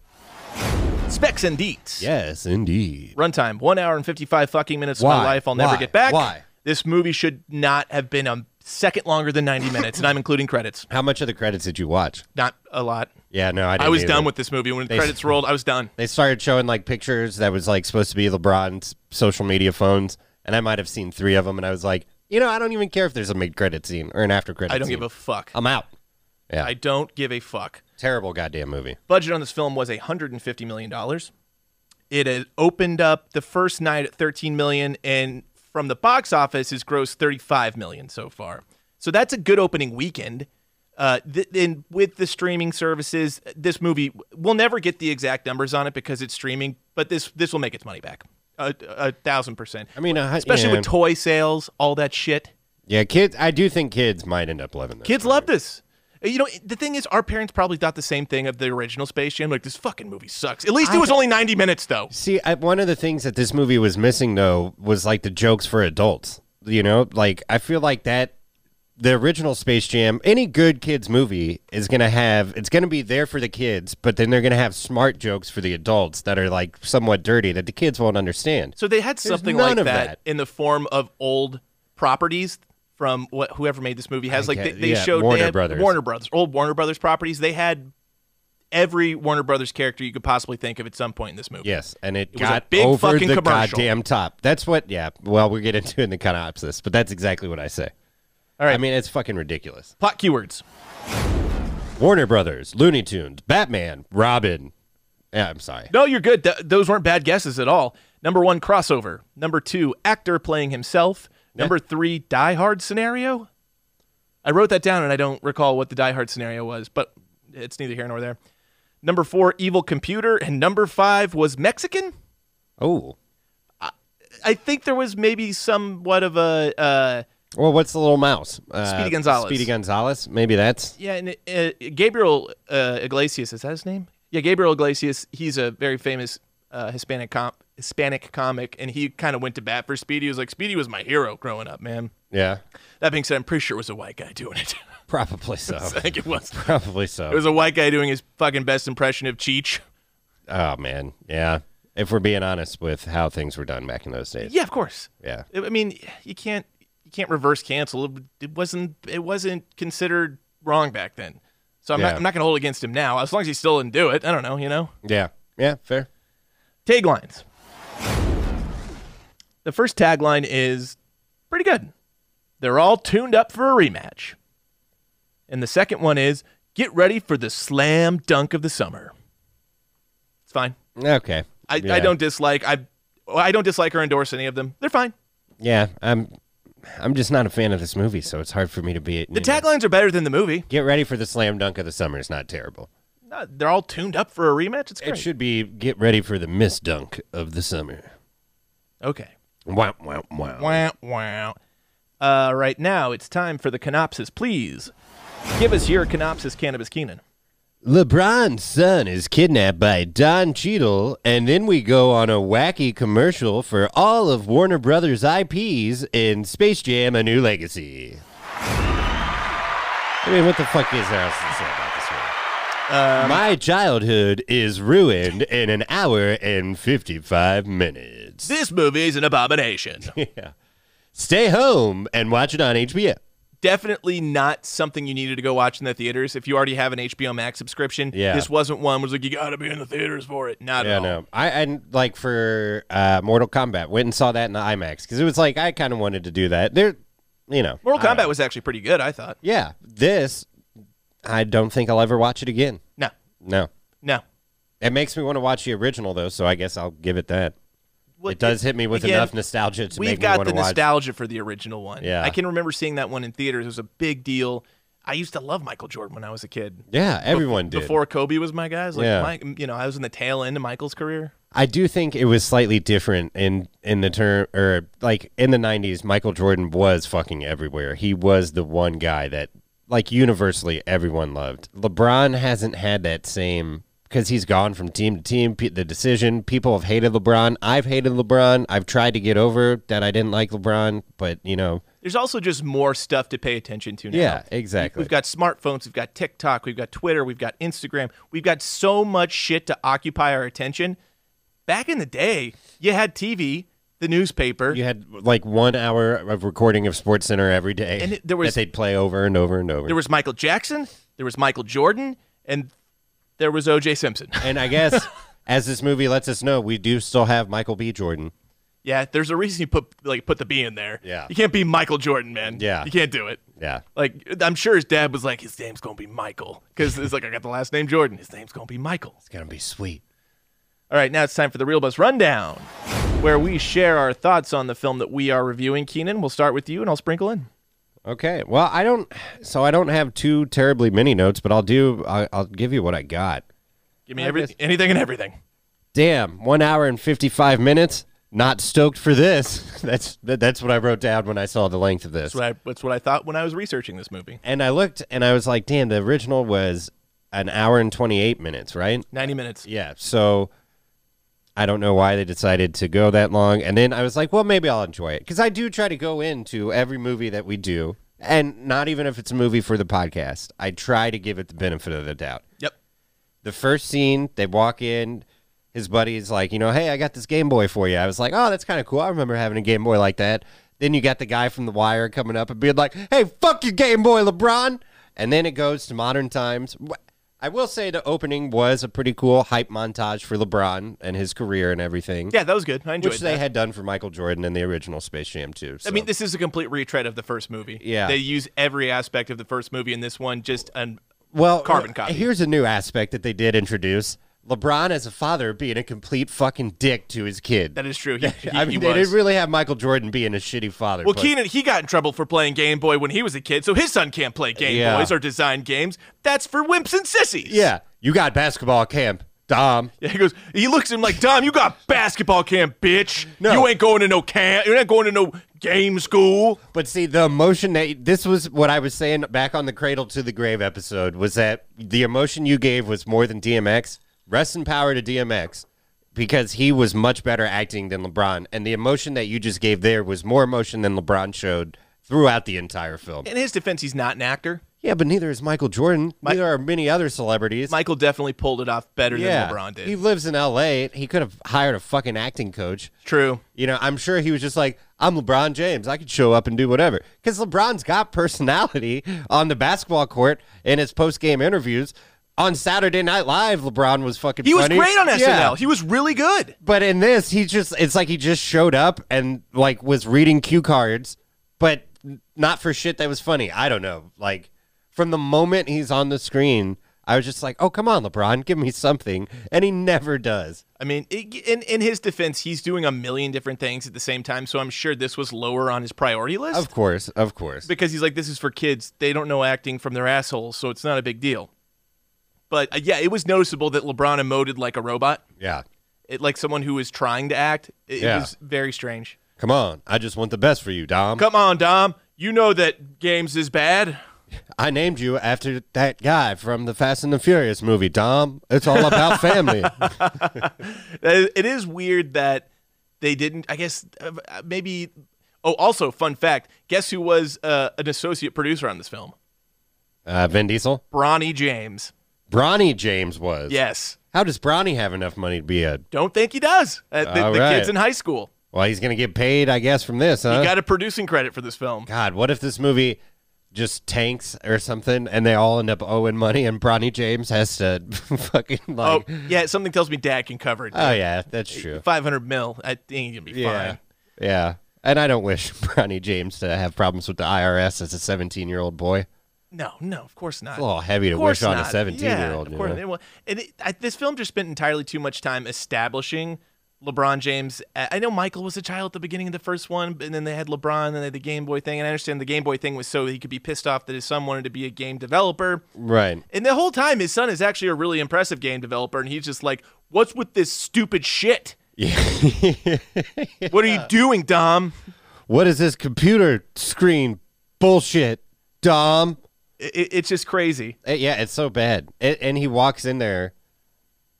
Specs and deets. Yes, indeed. Runtime, one hour and 55 fucking minutes of my Why? life I'll never Why? get back. Why? This movie should not have been a second longer than 90 minutes, and I'm including credits. How much of the credits did you watch? Not a lot. Yeah, no, I didn't. I was either. done with this movie. When the They- credits rolled, I was done. They started showing like pictures that was like supposed to be LeBron's social media phones, and I might have seen three of them, and I was like, you know, I don't even care if there's a mid-credit scene or an after-credit. I don't scene. give a fuck. I'm out. Yeah, I don't give a fuck. terrible goddamn movie. Budget on this film was $150 million. It had opened up the first night at 13 million and from the box office has grossed 35 million so far. So that's a good opening weekend. Uh, th- and with the streaming services, this movie we'll never get the exact numbers on it because it's streaming, but this this will make its money back a, a thousand percent. I mean, uh, especially yeah. with toy sales, all that shit. Yeah, kids. I do think kids might end up loving this. Kids love this. Uh, You know, the thing is, our parents probably thought the same thing of the original Space Jam. Like, this fucking movie sucks. At least it was only 90 minutes, though. See, I, one of the things that this movie was missing though was like the jokes for adults. You know, like I feel like that the original Space Jam, any good kids movie is gonna have it's gonna be there for the kids, but then they're gonna have smart jokes for the adults that are like somewhat dirty that the kids won't understand. So they had something none like that, of that. in the form of old properties from what whoever made this movie has. I like they, get- they yeah, showed they Warner had Brothers. Warner Brothers, old Warner Brothers properties. They had every Warner Brothers character you could possibly think of at some point in this movie. Yes, and it, was a got big over fucking the commercial. goddamn top. That's what. Yeah. Well, we will get into it in the synopsis, but that's exactly what I say. All right. I mean, it's fucking ridiculous. Plot keywords. Warner Brothers, Looney Tunes, Batman, Robin. Yeah, I'm sorry. No, you're good. Th- those weren't bad guesses at all. Number one, crossover. Number two, actor playing himself. Number three, Die Hard scenario. I wrote that down and I don't recall what the Die Hard scenario was, but it's neither here nor there. Number four, evil computer. And number five was Mexican. Oh. I think there was maybe somewhat of a uh, Well, what's the little mouse? Uh, Speedy Gonzalez. Speedy Gonzalez. Maybe that's. yeah. And uh, Gabriel uh, Iglesias is that his name? Yeah, Gabriel Iglesias. He's a very famous uh, Hispanic comp. Hispanic comic, and he kind of went to bat for Speedy. He was like, Speedy was my hero growing up, man. Yeah. That being said, I'm pretty sure it was a white guy doing it. Probably so. I think it was. Probably so. It was a white guy doing his fucking best impression of Cheech. oh, man. Yeah. If we're being honest with how things were done back in those days. Yeah, of course. Yeah. I I mean, you can't you can't reverse cancel. It, it wasn't it wasn't considered wrong back then. So I'm not Yeah. I'm not gonna hold against him now. As long as he still didn't do it, I don't know. You know, Yeah. Yeah, fair. taglines. The first tagline is pretty good. They're all tuned up for a rematch. And the second one is get ready for the slam dunk of the summer. It's fine. Okay. I, yeah. I don't dislike I I don't dislike or endorse any of them. They're fine. Yeah, I'm. I'm just not a fan of this movie, so it's hard for me to be. The taglines are better than the movie. Get ready for the slam dunk of the summer is not terrible. No, they're all tuned up for a rematch. It's great. It should be get ready for the miss dunk of the summer. Okay. Wow, wow, wow. Wow, wow. Uh, right now, it's time for the canopsis. Please give us your canopsis, Cannabis Keenan. LeBron's son is kidnapped by Don Cheadle, and then we go on a wacky commercial for all of Warner Brothers IPs in Space Jam: A New Legacy. I mean, what the fuck is there else to say about this one? My childhood is ruined in an hour and fifty-five minutes. This movie is an abomination. yeah. Stay home and watch it on HBO. Definitely not something you needed to go watch in the theaters. If you already have an HBO Max subscription, Yeah. this wasn't one was like you got to be in the theaters for it. Not Yeah, at all. no. I and like for uh, Mortal Kombat, went and saw that in the IMAX because it was like I kind of wanted to do that. There, you know, Mortal I don't Kombat know. was actually pretty good, I thought. Yeah, this I don't think I'll ever watch it again. No, No, no. it makes me want to watch the original though, so I guess I'll give it that. Well, it does hit me with again, enough nostalgia to We've make me got want the to watch. nostalgia for the original one. Yeah. I can remember seeing that one in theaters. It was a big deal. I used to love Michael Jordan when I was a kid. yeah, everyone did. Before Kobe was my guy, I was like, Yeah. Mike, you know, I was in the tail end of Michael's career. I do think it was slightly different in in the term or like in the '90s. Michael Jordan was fucking everywhere. He was the one guy that like universally everyone loved. LeBron hasn't had that same because he's gone from team to team. Pe- the decision people have hated LeBron. I've hated LeBron. I've tried to get over that I didn't like LeBron, but you know, There's also just more stuff to pay attention to now. Yeah, exactly. We've got smartphones, we've got TikTok, we've got Twitter, we've got Instagram. We've got so much shit to occupy our attention. Back in the day, you had TV, the newspaper, you had like one hour of recording of Sports Center every day, And it- there was- that they'd play over and over and over. there was Michael Jackson, there was Michael Jordan, and there was O.J. Simpson. and I guess as this movie lets us know, we do still have Michael B. Jordan. Yeah, there's a reason you put like put the B in there. Yeah. you can't be Michael Jordan, man. Yeah. you can't do it. Yeah. Like I'm sure his dad was like, his name's gonna be Michael because it's like I got the last name Jordan. His name's gonna be Michael. It's gonna be sweet. All right, now it's time for the Real Buzz Rundown, where we share our thoughts on the film that we are reviewing. Keenan, we'll start with you, and I'll sprinkle in. Okay. Well, I don't. So I don't have too terribly many notes, but I'll do. I, I'll give you what I got. Give me I every, guess- anything and everything. Damn, one hour and fifty-five minutes. Not stoked for this. That's that, that's what I wrote down when I saw the length of this. That's what, I, that's what I thought when I was researching this movie. And I looked, and I was like, damn, the original was an hour and twenty-eight minutes, right? Ninety minutes. Yeah. So I don't know why they decided to go that long. And then I was like, well, maybe I'll enjoy it because I do try to go into every movie that we do, and not even if it's a movie for the podcast, I try to give it the benefit of the doubt. Yep. The first scene, they walk in. His buddy's like, you know, hey, I got this Game Boy for you. I was like, oh, that's kind of cool. I remember having a Game Boy like that. Then you got the guy from The Wire coming up and being like, hey, fuck your Game Boy, LeBron. And then it goes to modern times. Wh- I will say the opening was a pretty cool hype montage for LeBron and his career and everything, Yeah, that was good. I enjoyed which that. they had done for Michael Jordan in the original Space Jam too. So. I mean, this is a complete retread of the first movie. Yeah. They use every aspect of the first movie in this one, just an well, uh, carbon copy. Here's a new aspect that they did introduce: LeBron as a father being a complete fucking dick to his kid. That is true. He, he, I mean, he they was. didn't really have Michael Jordan being a shitty father. well, but- Keenan, he got in trouble for playing Game Boy when he was a kid, so his son can't play Game Yeah. Boys or design games. That's for wimps and sissies. Yeah, you got basketball camp, Dom. Yeah, he goes. He looks at him like, "Dom, you got basketball camp, bitch. No. You ain't going to no camp. You ain't going to no game school." But see, the emotion that this was what I was saying back on the Cradle to the Grave episode was that the emotion you gave was more than DMX. Rest in power to DMX because he was much better acting than LeBron. And the emotion that you just gave there was more emotion than LeBron showed throughout the entire film. In his defense, he's not an actor. Yeah, but neither is Michael Jordan. neither are many other celebrities. Michael definitely pulled it off better yeah, than LeBron did. he lives in L.A. He could have hired a fucking acting coach. True. You know, I'm sure he was just like, I'm LeBron James. I could show up and do whatever. Because LeBron's got personality on the basketball court in his post game interviews. On Saturday Night Live, LeBron was fucking He was funny. great on SNL. Yeah. He was really good. But in this, he just, it's like he just showed up and like was reading cue cards, but not for shit that was funny. I don't know. Like from the moment he's on the screen, I was just like, oh, come on, LeBron, give me something. And he never does. I mean, it, in in his defense, he's doing a million different things at the same time, so I'm sure this was lower on his priority list Of course, of course. because he's like, "This is for kids. They don't know acting from their assholes, so it's not a big deal." But uh, yeah, it was noticeable that LeBron emoted like a robot, Yeah. it, like someone who was trying to act. It, it Yeah. was very strange. Come on, I just want the best for you, Dom. Come on, Dom. You know that games is bad. I named you after that guy from the Fast and the Furious movie, Dom. It's all about family. Uh, It is weird that they didn't. I guess uh, uh, maybe. Oh, also, fun fact: guess who was uh, an associate producer on this film? Uh, Vin Diesel? Bronny James. Bronny James was. Yes. How does Bronny have enough money to be a. Don't think he does. Uh, the All the right. kid's in high school. Well, he's gonna get paid, I guess, from this, huh? He got a producing credit for this film. God, what if this movie just tanks or something, and they all end up owing money, and Bronny James has to fucking Oh, like, oh, yeah. Something tells me Dad can cover it. yeah, that's true. 500 mil. I think he's going to be Uh, Yeah, fine. yeah. And I don't wish Bronny James to have problems with the IRS as a 17-year-old boy. No, no, of course not. It's a little heavy to Of course wish on a not. 17-year-old. Yeah, of course. you know? It wa- and it- I- this film just spent entirely too much time establishing LeBron James. I I know Michael was a child at the beginning of the first one, but then they had LeBron and they had the Game Boy thing. And I understand the Game Boy thing was so he could be pissed off that his son wanted to be a game developer. Right. And the whole time, his son is actually a really impressive game developer, and he's just like, "What's with this stupid shit? What are you doing, Dom?" What is this computer screen bullshit, Dom? I- I- it's just crazy. Uh, yeah, it's so bad. A- and he walks in there,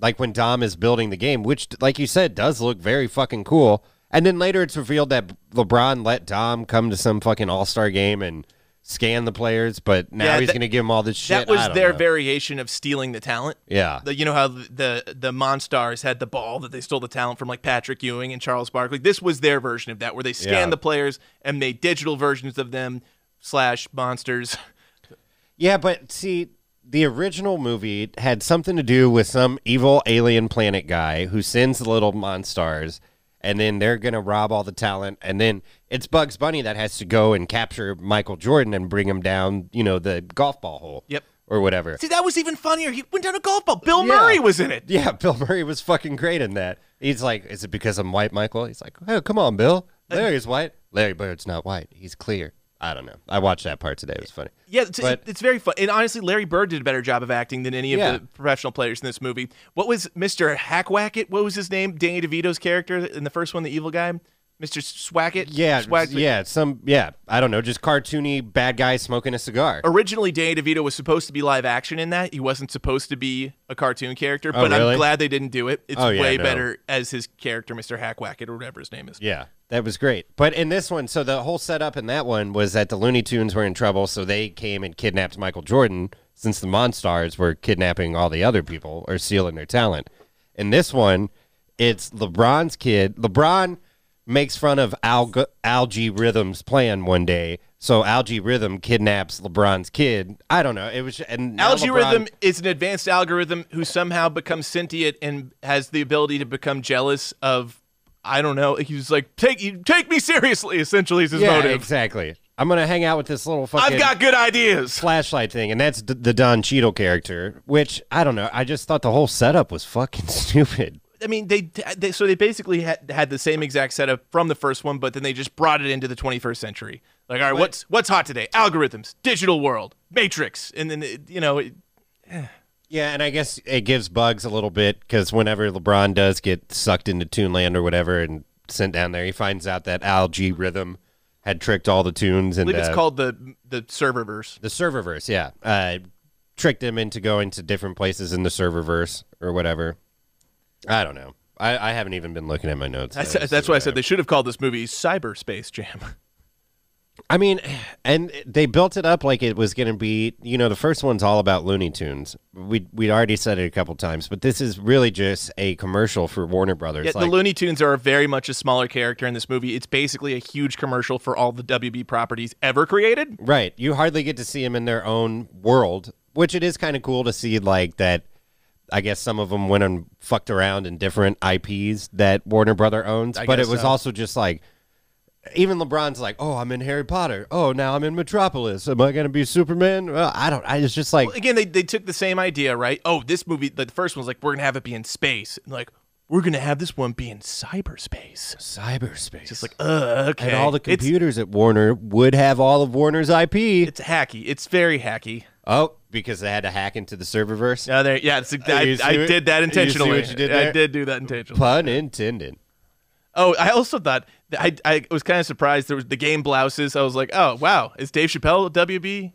like when Dom is building the game, which, like you said, does look very fucking cool. And then later it's revealed that LeBron let Dom come to some fucking all star game and scan the players, but now Yeah, he's that- going to give them all this shit. that was I don't their know. variation of stealing the talent. Yeah. The- you know how the the Monstars had the ball that they stole the talent from like Patrick Ewing and Charles Barkley. This was their version of that, where they scanned Yeah. the players and made digital versions of them slash monsters. Yeah, but see, the original movie had something to do with some evil alien planet guy who sends the little monstars, and then they're gonna rob all the talent, and then it's Bugs Bunny that has to go and capture Michael Jordan and bring him down, you know, the golf ball hole. Yep. Or whatever. See, that was even funnier. He went down a golf ball. Bill Yeah. Murray was in it. Yeah, Bill Murray was fucking great in that. He's like, "Is it because I'm white, Michael?" He's like, "Oh, come on, Bill. Uh, Larry's white. Larry Bird's not white. He's clear." I don't know. I watched that part today. It was funny. Yeah, it's, But- it's very fun. And honestly, Larry Bird did a better job of acting than any of Yeah. the professional players in this movie. What was Mr. Hackwacket? What was his name? Danny DeVito's character in the first one, the evil guy? Mr. Swacket? Yeah, Swacket? yeah, some yeah, I don't know, just cartoony bad guy smoking a cigar. Originally, Danny DeVito was supposed to be live action in that. He wasn't supposed to be a cartoon character, but Oh, really? I'm glad they didn't do it. It's Oh, yeah, way no. better as his character, Mr. Hackwacket, or whatever his name is. Yeah, that was great. But in this one, so the whole setup in that one was that the Looney Tunes were in trouble, so they came and kidnapped Michael Jordan since the Monstars were kidnapping all the other people or stealing their talent. In this one, it's LeBron's kid. LeBron makes fun of Al- Algie Rhythm's plan one day. So Algie Rhythm kidnaps LeBron's kid. I don't know. It was and now Algorithm LeBron- is an advanced algorithm who somehow becomes sentient and has the ability to become jealous of. I don't know. He's like, take you take me seriously. Essentially, is his yeah, motive. exactly. I'm gonna hang out with this little fucking. I've got good ideas. flashlight thing, and that's d- the Don Cheadle character. Which I don't know. I just thought the whole setup was fucking stupid. I mean, they, they so they basically had, had the same exact setup from the first one, but then they just brought it into the 21st century. Like, all right, what's what's hot today? Algorithms, digital world, Matrix, and then it, you know, it, Yeah, and I guess it gives Bugs a little bit because whenever LeBron does get sucked into Toonland or whatever and sent down there, he finds out that Al G Rhythm had tricked all the tunes I and believe it's uh, called the the serververse. the serververse. Yeah, uh, tricked him into going to different places in the serververse or whatever. I don't know. I, I haven't even been looking at my notes. That's, I just that's see why I what said they should have called this movie Cyberspace Jam. I mean, and they built it up like it was going to be, you know, the first one's all about Looney Tunes. We we already said it a couple times, but this is really just a commercial for Warner Brothers. Yeah, like, the Looney Tunes are very much a smaller character in this movie. It's basically a huge commercial for all the WB properties ever created. right, you hardly get to see them in their own world, which it is kind of cool to see like that I guess some of them went and fucked around in different IPs that Warner Brother owns, but guess it was so. also just like even LeBron's like, "Oh, I'm in Harry Potter. Oh, now I'm in Metropolis. Am I going to be Superman?" Well, I don't I it's just like Again, they, they took the same idea, right? Oh, this movie, the first one's like, we're going to have it be in space. And like, we're going to have this one be in cyberspace. cyberspace. Just like, uh, okay. And all the It's- computers at Warner would have all of Warner's IP. It's, hacky. It's very hacky. oh, because they had to hack into the serververse. Yeah, there, yeah it's, You I, see I what- did that you see what intentionally. you did I there? did do that intentionally. Pun intended. Oh, I also thought I I was kind of surprised there was the game blouses. I was like, oh wow, is Dave Chappelle WB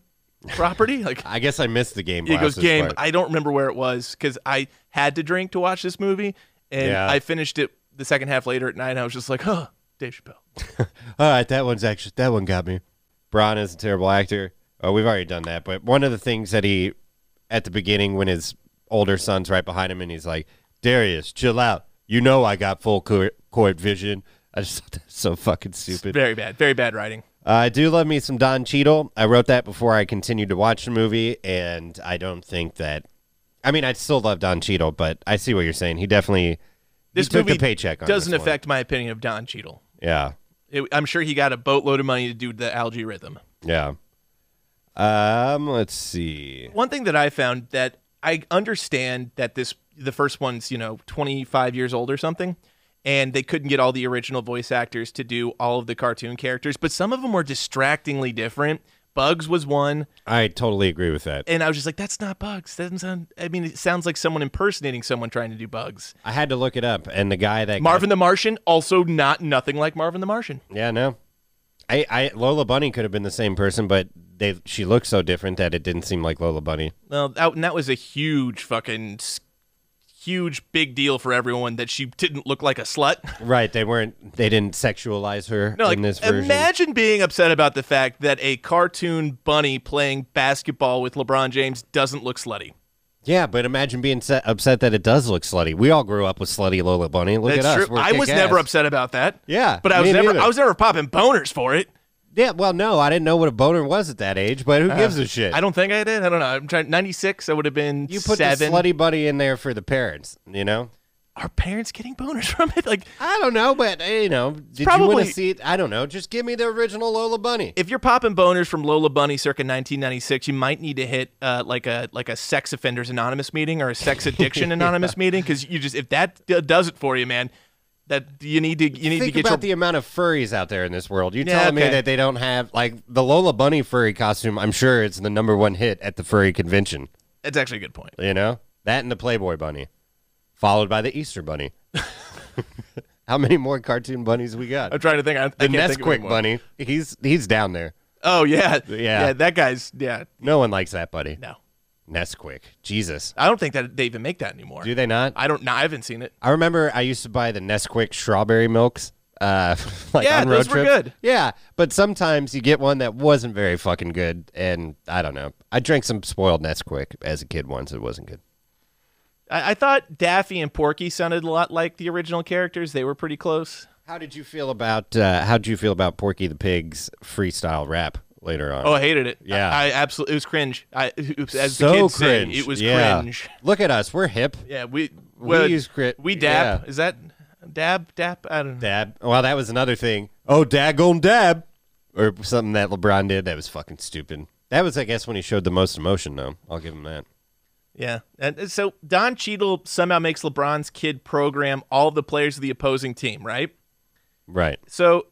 property? Like I guess I missed the game. it goes Blouses game. part. I don't remember where it was because I had to drink to watch this movie, and Yeah. I finished it the second half later at night. And I was just like, huh, Dave Chappelle. All right, that one's actually that one got me. Braun is a terrible actor. Oh, we've already done that. But one of the things that he at the beginning when his older son's right behind him and he's like, Darius, chill out. You know I got full court, court vision. I just thought that was so fucking stupid. Very bad. Very bad writing. Uh, I do love me some Don Cheadle. I wrote that before I continued to watch the movie, and I don't think that. I mean, I still love Don Cheadle, but I see what you're saying. He definitely This he took movie the paycheck. On doesn't this one. affect my opinion of Don Cheadle. Yeah, It, I'm sure he got a boatload of money to do the algae rhythm. yeah. Um, let's see. One thing that I found that I understand that this the first one's you know 25 years old or something, and they couldn't get all the original voice actors to do all of the cartoon characters, but some of them were distractingly different. Bugs was one, I totally agree with that. and I was just like, "That's not Bugs." That doesn't sound. I mean, it sounds like someone impersonating someone trying to do Bugs. I had to look it up, and the guy that Marvin the Martian also not nothing like Marvin the Martian. yeah, no. I, I Lola Bunny could have been the same person, but they she looked so different that it didn't seem like Lola Bunny. Well, that, and that was a huge fucking s- huge big deal for everyone that she didn't look like a slut. Right? They weren't. They didn't sexualize her No, like in this version. imagine being upset about the fact that a cartoon bunny playing basketball with LeBron James doesn't look slutty. Yeah, but imagine being set, upset that it does look slutty. We all grew up with slutty Lola Bunny. Look That's at us. true. we're I was kick-ass. never upset about that. Yeah, but I me was never neither. I was never popping boners for it. Yeah, well, no, I didn't know what a boner was at that age, but who gives a shit? Uh, I don't think I did. I don't know. I'm trying 96 I would have been you put seven. the slutty bunny in there for the parents, you know? Are parents getting boners from it? Like I don't know, but, uh, you know, did you probably- want to see it? I don't know. Just give me the original Lola Bunny. if you're popping boners from Lola Bunny circa 1996, you might need to hit uh, like a like a sex offenders anonymous meeting or a sex addiction anonymous meeting because you just if that d- does it for you, man, that you need to you need to Think get about your the amount of furries out there in this world. You're Yeah, telling me okay. that they don't have, like, the Lola Bunny furry costume, I'm sure it's the number one hit at the furry convention, That's actually a good point. you know? That and the Playboy Bunny, followed by the Easter Bunny. How many more cartoon bunnies we got? I'm trying to think. I, The I can't think of Nesquik anymore. bunny, he's he's down there. Oh yeah. yeah, Yeah. That guy's yeah. No one likes that buddy. No, Nesquik, Jesus, I don't think that they even make that anymore. do they not? I, I don't. No, I haven't seen it. remember I used to buy the Nesquik strawberry milks. Uh, like Yeah, on road those were trips. good. Yeah, but sometimes you get one that wasn't very fucking good, and I don't know. I drank some spoiled Nesquik as a kid once. It wasn't good. I, I thought Daffy and Porky sounded a lot like the original characters. They were pretty close. How did you feel about uh, How did you feel about Porky the Pig's freestyle rap later on? Oh, I hated it. Yeah. I, I absolutely. It was cringe. I as so the kids cringe. say, it was Yeah. cringe. Look at us. We're hip. Yeah, we well, use crit- We dab. yeah. Is that dab? Dab? I don't know. Dab. Well, that was another thing. Oh, daggone dab. Or something that LeBron did that was fucking stupid. That was, I guess, when he showed the most emotion, though. I'll give him that. Yeah. And so Don Cheadle somehow makes LeBron's kid program all the players of the opposing team, right? Right. So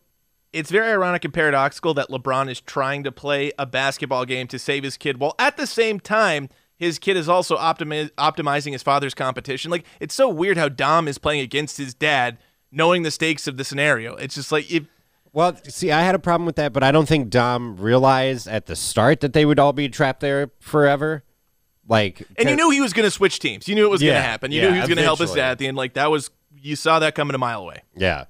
it's very ironic and paradoxical that LeBron is trying to play a basketball game to save his kid while at the same time his kid is also optimi- optimizing his father's competition. Like it's so weird how Dom is playing against his dad knowing the stakes of the scenario. It's just like it, Well, see, I had a problem with that, but I don't think Dom realized at the start that they would all be trapped there forever. Like, And you knew he was going to switch teams. You knew it was Yeah, going to happen. You yeah, knew he was going to help his eventually. dad at the end. Like that was, you saw that coming a mile away. Yeah.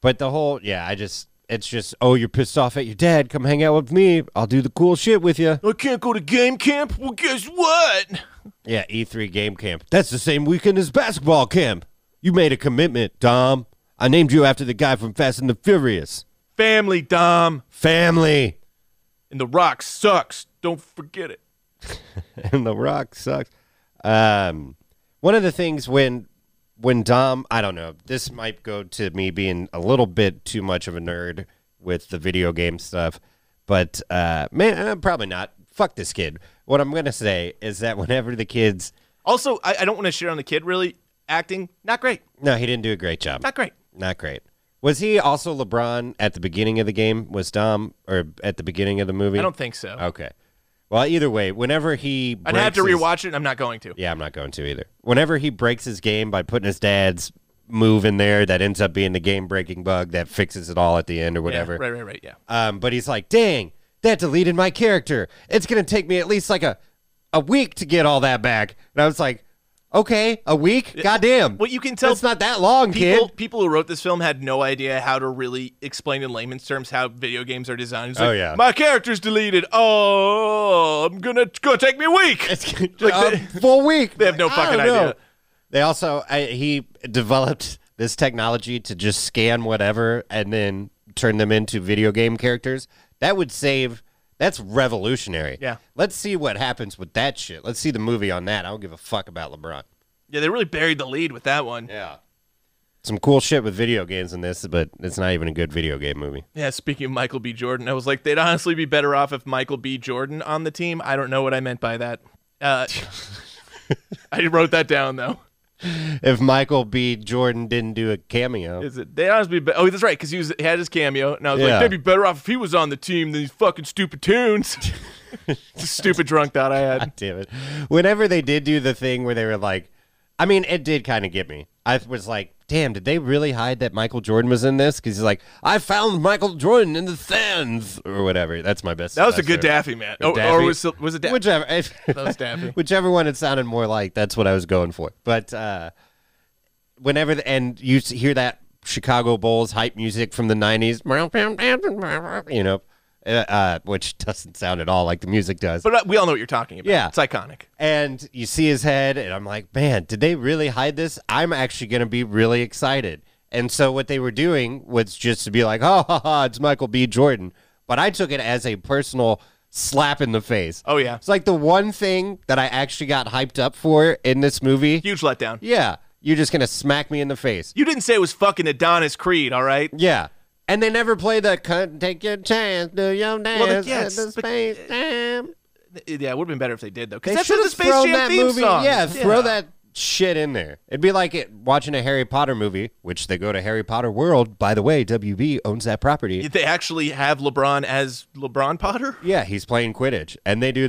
But the whole, yeah, I just, it's just, oh, you're pissed off at your dad. Come hang out with me. I'll do the cool shit with you. I can't go to game camp. Well, guess what? Yeah, E3 game camp. That's the same weekend as basketball camp. You made a commitment, Dom. I named you after the guy from Fast and the Furious. Family Dom Family. and The Rock sucks. Don't forget it. And The Rock sucks. Um, one of the things when when Dom, I don't know, this might go to me being a little bit too much of a nerd with the video game stuff, but uh, man, eh, probably not. Fuck this kid. What I'm gonna say is that whenever the kids, Also, I, I don't want to shit on the kid. Really, acting not great. no, he didn't do a great job. Not great. Not great. Was he also LeBron at the beginning of the game? Was Dom or at the beginning of the movie? I don't think so. Okay. Well, either way, whenever he I'd have Uh, breaks to his- rewatch it. and I'm not going to. yeah, I'm not going to either. Whenever he breaks his game by putting his dad's move in there, that ends up being the game-breaking bug that fixes it all at the end or whatever. right, right, right. Yeah. Um, but he's like, "Dang, that deleted my character. It's gonna take me at least like a a week to get all that back." And I was like, "Okay, a week? Goddamn. Well, you can tell it's not that long, People, kid." people who wrote this film had no idea how to really explain in layman's terms how video games are designed. It's Oh, like, yeah. My character's deleted. Oh, I'm gonna it's gonna take me a week. It's Like, a they- full week. they have no I don't fucking know. idea. They also I, he developed this technology to just scan whatever and then turn them into video game characters, that would save. That's revolutionary. Yeah. Let's see what happens with that shit. Let's see the movie on that. I don't give a fuck about LeBron. Yeah, they really buried the lead with that one. Yeah. Some cool shit with video games in this, but it's not even a good video game movie. Yeah, speaking of Michael B. Jordan, I was like, they'd honestly be better off if Michael B. Jordan on the team. I don't know what I meant by that. Uh, I wrote that down though. If Michael B. Jordan didn't do a cameo, Is it? They honestly be. Oh, that's right, because he, was- he had his cameo, and I was Yeah. like, they'd be better off if he was on the team than these fucking stupid tunes. It's a stupid drunk thought I had. damn it. Whenever they did do the thing where they were like, I mean, it did kind of get me. I was like, damn, did they really hide that Michael Jordan was in this? Because he's like, I found Michael Jordan in the sands or whatever. That's my best. That was a that's good their- Daffy man. Good Or, or Daffy. was it- was it Daffy? Whichever, was Daffy. whichever one it sounded more like, that's what I was going for. But uh, whenever the, and you s- hear that Chicago Bulls hype music from the '90s, you know, uh, uh, which doesn't sound at all like the music does. but uh, we all know what you're talking about. Yeah. it's iconic. and you see his head, and I'm like, man, did they really hide this? I'm actually going to be really excited. And so what they were doing was just to be like, oh, ha, ha, it's Michael B. Jordan. But I took it as a personal slap in the face. Oh, yeah. It's like the one thing that I actually got hyped up for in this movie. Huge letdown. yeah. You're just going to smack me in the face. You didn't say it was fucking Adonis Creed, all right? Yeah. And they never play the cut, take your chance, do your dance, the- well, yes, the but- space jam. Yeah, it would have been better if they did though. They Because that's should what the have Space thrown Jam that theme movie. song. Yeah, throw that shit in there. It'd be like it, watching a Harry Potter movie, which they go to Harry Potter World. By the way, WB owns that property. They actually have LeBron as LeBron Potter. yeah, he's playing Quidditch, and they do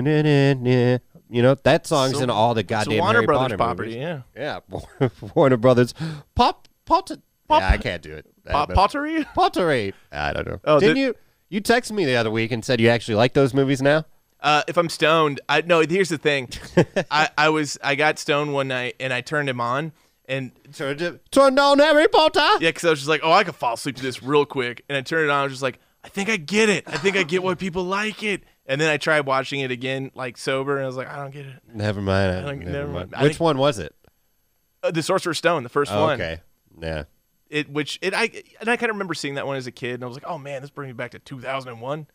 the you know that song's So- in all the It's goddamn a Warner Harry Brothers Potter property. movies. Yeah, Yeah, Warner Brothers pop pot. Pop- Yeah, I can't do it. Pot- I- pottery. pottery. I don't know. Oh, Didn't the- you? You texted me the other week and said you actually like those movies now. Uh, if I'm stoned, I no. Here's the thing, I, I was I got stoned one night and I turned him on and Turned, turned on Harry Potter. yeah, because I was just like, oh, I could fall asleep to this real quick, and I turned it on. I was just like, I think I get it. I think I get why people like it. And then I tried watching it again like sober, and I was like, I don't get it. Never mind. I don't- never never mind. mind. I Which think- one was it? Uh, the Sorcerer's Stone, the first one. Oh, okay. Yeah. It which it I and I kind of remember seeing that one as a kid, and I was like, oh man, this brings me back to 2001.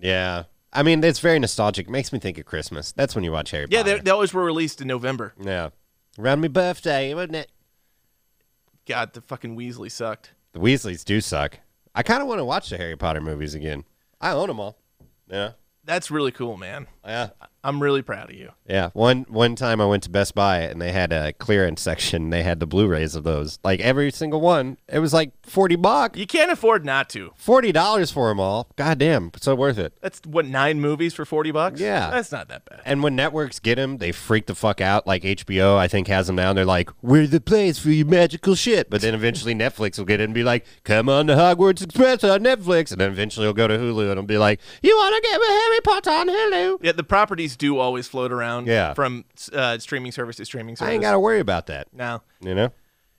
Yeah. I mean, it's very nostalgic. Makes me think of Christmas. That's when you watch Harry Yeah, they, Potter. they always were released in November. yeah. Around my birthday, wasn't it? God, the fucking Weasley sucked. The Weasleys do suck. I kind of want to watch the Harry Potter movies again. I own them all. Yeah. That's really cool, man. Yeah. I'm really proud of you. Yeah. One one time I went to Best Buy and they had a clearance section. They had the Blu-rays of those. Like every single one. It was like 40 bucks. You can't afford not to. $40 for them all. God damn. So worth it. That's what nine movies for forty bucks. Yeah. that's not that bad. And when networks get them, they freak the fuck out. Like HBO, I think, has them now. And they're like, we're the place for your magical shit. But then eventually Netflix will get it and be like, come on to Hogwarts Express on Netflix. And then eventually it'll go to Hulu and it'll be like, you want to get with Harry Potter on Hulu? Yeah, the properties do always float around. Yeah. from uh, streaming service to streaming service. I ain't got to worry about that. now. You know?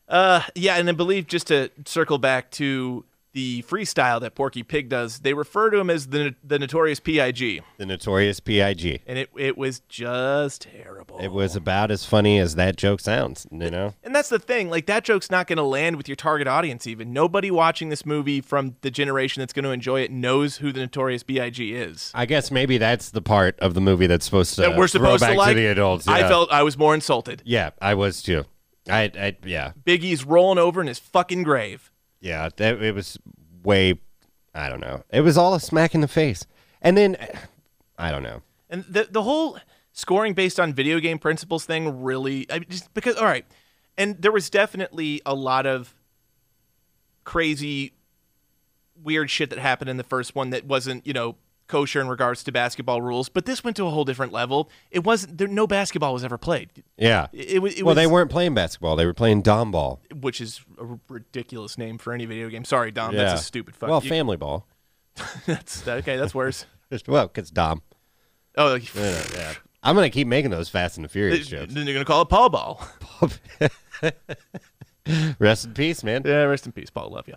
Uh, yeah, and I believe just to circle back to the freestyle that Porky Pig does, they refer to him as the the notorious Pig, The notorious PIG. and it it was just terrible. It was about as funny as that joke sounds, you know? And that's the thing, like that joke's not going to land with your target audience even. Nobody watching this movie from the generation that's going to enjoy it knows who the Notorious B.I.G. is. I guess maybe that's the part of the movie that's supposed to That we're supposed throw back to like. the adults. I yeah. felt I was more insulted. Yeah, I was too. I, I yeah, Biggie's rolling over in his fucking grave. Yeah, that it was way. I don't know. It was all a smack in the face, and then I don't know. And the the whole scoring based on video game principles thing really I mean, just because all right. And there was definitely a lot of crazy weird shit that happened in the first one that wasn't, you know, kosher in regards to basketball rules, but this went to a whole different level. It wasn't there no basketball was ever played. Yeah. It, it, was- it well, they was- weren't playing basketball; they were playing dom ball. which is a r- ridiculous name for any video game. Sorry, Dom, yeah. that's a stupid fuck. Well, you- family ball. that's okay, that's worse. Just well, because dom. Oh, I'm gonna keep making those Fast and the Furious then jokes. you're gonna call it Paul Ball. Rest in peace, man. Yeah, rest in peace, Paul. Love you.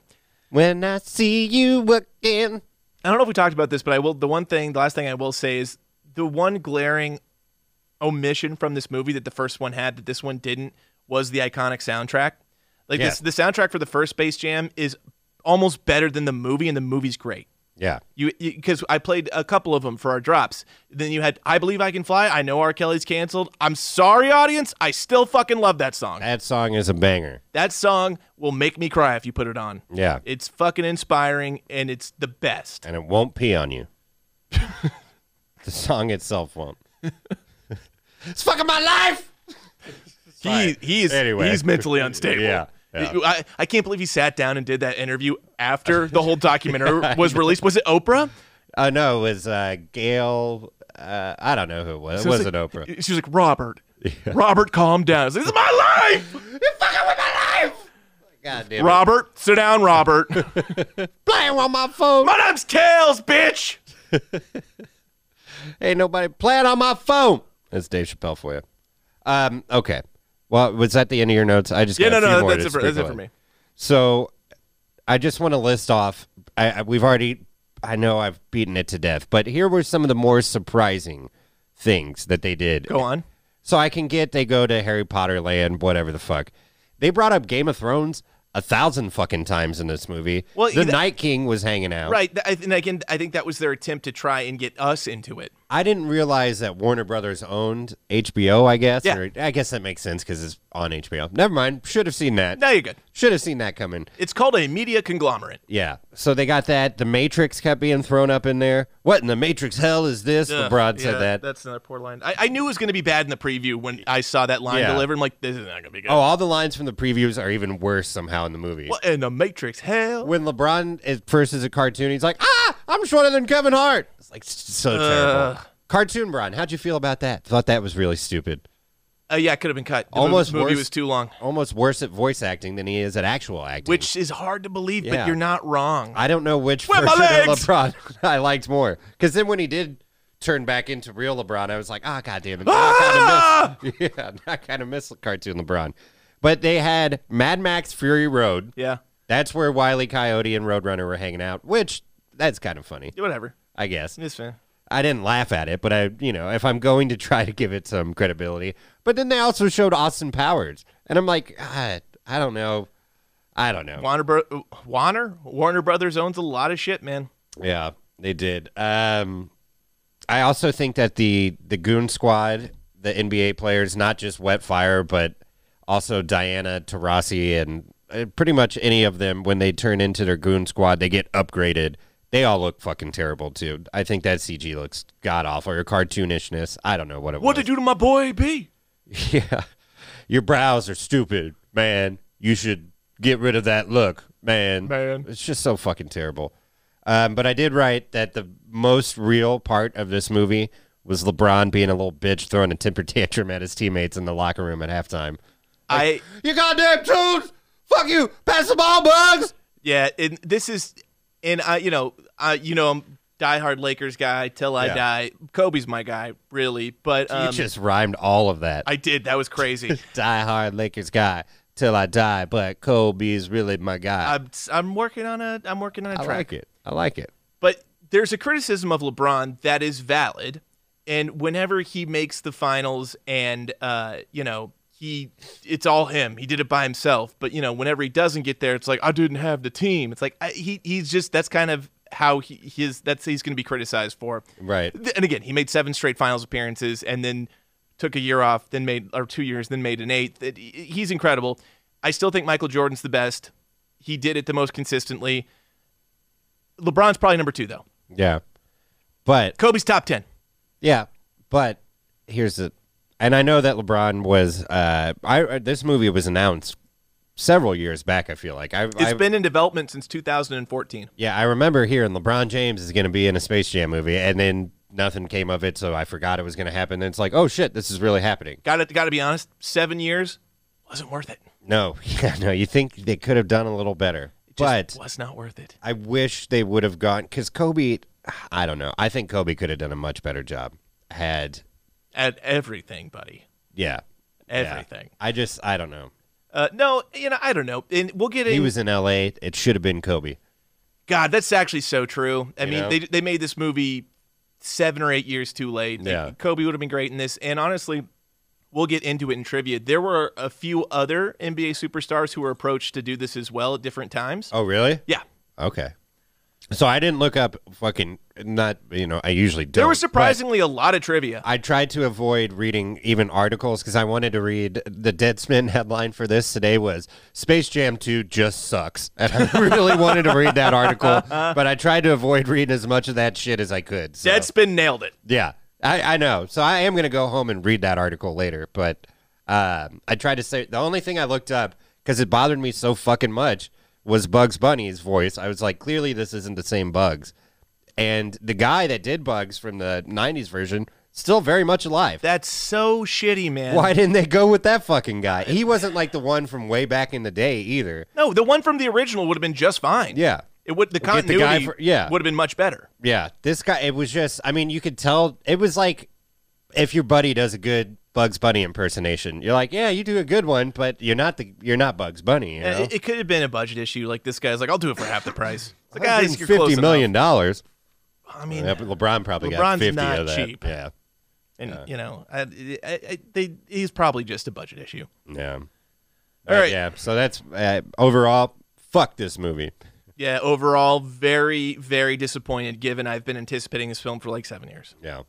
When I see you again. I don't know if we talked about this, but I will. The one thing, the last thing I will say is the one glaring omission from this movie that the first one had that this one didn't was the iconic soundtrack. Like Yeah. this, the soundtrack for the first Space Jam is almost better than the movie, and the movie's great. Yeah. You because I played a couple of them for our drops. Then you had I Believe I Can Fly. I know R. Kelly's canceled. I'm sorry, audience. I still fucking love that song. That song is a banger. That song will make me cry if you put it on. Yeah. It's fucking inspiring and it's the best. and it won't pee on you. the song itself won't. it's fucking my life. He he is Anyway. he's mentally unstable. Yeah, yeah. I, I can't believe he sat down and did that interview after the whole documentary was released. Was it Oprah? Oh no, it was uh, Gail. Uh, I don't know who it was. So it it's wasn't like- Oprah. She was like, Robert, Robert, calm down. It's like, this is my life. You're fucking with my life. God damn it. Robert, sit down, Robert. Playing on my phone. my name's Tails, bitch. Ain't nobody playing on my phone. That's Dave Chappelle for you. Um, okay. Well, was that the end of your notes? I just Yeah, no, got a few no, more that's to it for that's it sprinkle for in. me. So I just want to list off. I, I- we've already, I know I've beaten it to death, but here were some of the more surprising things that they did. Go on. So I can get they go to Harry Potter land, whatever the fuck. They brought up Game of Thrones a thousand fucking times in this movie. Well, the you know- Night King was hanging out. Right, th- I th- and again, I think that was their attempt to try and get us into it. I didn't realize that Warner Brothers owned HBO. I guess. Yeah. Or, I guess that makes sense because it's on HBO. Never mind. Should have seen that. Now you're good. Should have seen that coming. It's called a media conglomerate. Yeah. So they got that. The Matrix kept being thrown up in there. What in the Matrix hell is this? Ugh, LeBron yeah, said that. That's another poor line. I, I knew it was going to be bad in the preview when I saw that line Yeah. delivered. I'm like, this is not going to be good. Oh, all the lines from the previews are even worse somehow in the movie. what in the Matrix? Hell. When LeBron is first is a cartoon, he's like, ah, I'm shorter than Kevin Hart. It's like s- so terrible. Cartoon Bron, how'd you feel about that? Thought that was really stupid. Uh, yeah, it could have been cut. The Almost movie, movie worse- was too long, Almost worse at voice acting than he is at actual acting. which is hard to believe, Yeah. but you're not wrong. I don't know which Where version my of legs? LeBron I liked more. Because then when he did turn back into real LeBron, I was like, ah, goddamn it. Ah! I kind of miss, yeah, I kind of miss cartoon LeBron. But they had Mad Max Fury Road. yeah, That's where Wiley Coyote and Roadrunner were hanging out, which that's kind of funny, whatever. I guess. It's fair. I didn't laugh at it, but I, you know, if I'm going to try to give it some credibility. But then they also showed Austin Powers, and I'm like, God, I don't know, I don't know. Warner, Bro- Warner, Warner Brothers owns a lot of shit, man. Yeah, they did. Um, I also think that the the Goon Squad, the NBA players, not just Wet Fire, but also Diana Taurasi and uh, pretty much any of them, when they turn into their Goon Squad, they get upgraded. They all look fucking terrible too. I think that CG looks god awful or cartoonishness. I don't know what it What was. to do to my boy B? yeah, your brows are stupid, man. You should get rid of that look, man. Man. it's just so fucking terrible. Um, but I did write that the most real part of this movie was LeBron being a little bitch, throwing a temper tantrum at his teammates in the locker room at halftime. I You goddamn dudes! Fuck you! Pass the ball, bugs! Yeah, and this is, and I, you know, I, you know, I'm diehard Lakers guy till I Yeah. die. Kobe's my guy, really. But um, you just rhymed all of that. I did. That was crazy. die hard Lakers guy till I die, but Kobe is really my guy. I'm, I'm working on a, I'm working on a I track. like it. I like it. But there's a criticism of LeBron that is valid, and whenever he makes the finals, and uh, you know. He, it's all him. He did it by himself. But you know, whenever he doesn't get there, it's like I didn't have the team. It's like I, he, he's just that's kind of how he, his that's he's going to be criticized for. Right. Th- and again, he made seven straight finals appearances and then took a year off, then made or two years, then made an eighth. It- he's incredible. I still think Michael Jordan's the best. He did it the most consistently. LeBron's probably number two though. Yeah. But Kobe's top ten. Yeah, but here's the, and I know that LeBron was. Uh, I this movie was announced several years back. I feel like I. It's I been in development since 2014. yeah, I remember hearing LeBron James is going to be in a Space Jam movie, and then nothing came of it, so I forgot it was going to happen. And it's like, oh shit, this is really happening. Got to Got to be honest. Seven years wasn't worth it. No, yeah, no, you think they could have done a little better, but Just was not worth it. I wish they would have gone because Kobe. I don't know. I think Kobe could have done a much better job had. At everything, buddy. Yeah, yeah. Everything. I just I don't know. Uh, no, you know I don't know. And we'll get in. He was in L.A. It should have been Kobe. God, that's actually so true. I You mean, know? they they made this movie seven or eight years too late. Yeah. Kobe would have been great in this, and honestly, We'll get into it in trivia. There were a few other NBA superstars who were approached to do this as well at different times. Oh, really? Yeah. Okay. So I didn't look up fucking not you know I usually don't. There was but surprisingly a lot of trivia. I tried to avoid reading even articles because I wanted to read the Deadspin headline for this today was Space Jam 2 just sucks. And I really wanted to read that article, but I tried to avoid reading as much of that shit as I could. So, Deadspin nailed it. Yeah, I, I know. So I am going to go home and read that article later. But um, I tried to say the only thing I looked up because it bothered me so fucking much was Bugs Bunny's voice. I was like, clearly this isn't the same Bugs. And the guy that did Bugs from the 90s version still very much alive. That's so shitty, man. Why didn't they go with that fucking guy? He wasn't like the one from way back in the day either. No, the one from the original would have been just fine. Yeah. It would the Get the continuity guy for- yeah. would have been much better. Yeah, this guy. It was just. I mean, you could tell. It was like if your buddy does a good Bugs Bunny impersonation, you're like, yeah, you do a good one, but you're not the you're not Bugs Bunny. You know? Uh, It, it could have been a budget issue. Like this guy's like, I'll do it for half the price. It's like, guys, you're close fifty million enough. dollars. I mean, Yeah, but LeBron probably got LeBron's fifty not of that. cheap. Yeah, and you know, I, I, I, they, he's probably just a budget issue. yeah. All All right. Yeah. So that's uh, overall. Fuck this movie. Yeah, overall, very, very disappointed. Given I've been anticipating this film for like seven years, Yeah.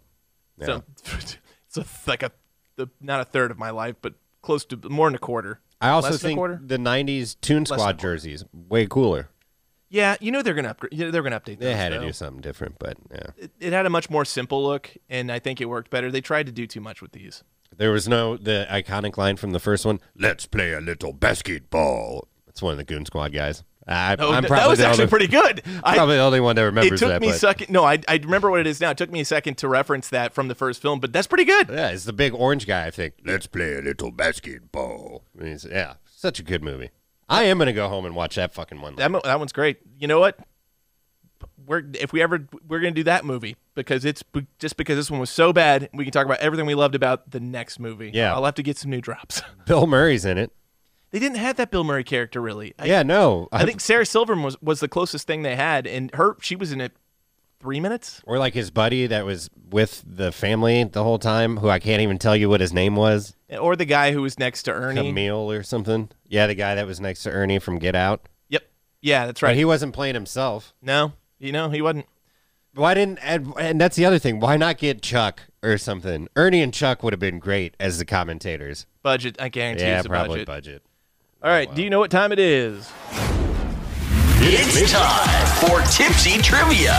Yeah. so it's a, like a the, not a third of my life, but close to more than a quarter. I also Less than a think quarter? the '90s Toon than a Squad quarter. jerseys way cooler. Yeah, you know they're gonna upgrade. yeah, They're gonna update. They those, had to though. do something different, but yeah. It, it had a much more simple look, and I think it worked better. They tried to do too much with these. There was no the iconic line from the first one. Let's play a little basketball. That's one of the Goon Squad guys. I, No, I'm th- Oh, probably that was the actually only, pretty good. I, probably the only one that it remembers took that. me a but- second. No, I, I remember what it is now. It took me a second to reference that from the first film, but that's pretty good. yeah, it's the big orange guy. I think. Let's play a little basketball. I mean, it's- yeah, such a good movie. I am gonna go home and watch that fucking one. That mo- that one's great. You know what? We're if we ever we're gonna do that movie because it's b- just because this one was so bad. We can talk about everything we loved about the next movie. Yeah. I'll have to get some new drops. Bill Murray's in it. they didn't have that Bill Murray character really. I, yeah, no, I think Sarah Silverman was was the closest thing they had, and her she was in it three minutes. or like his buddy that was with the family the whole time, who I can't even tell you what his name was. Or the guy who was next to Ernie. Camille or something. Yeah, the guy that was next to Ernie from Get Out. Yep. Yeah, that's But right. he wasn't playing himself. no, you know he wasn't. Why didn't and, and that's the other thing? Why not get Chuck or something? Ernie and Chuck would have been great as the commentators. Budget, I guarantee yeah, it's a probably budget. budget. All right, do you know what time it is? It's time for Tipsy Trivia.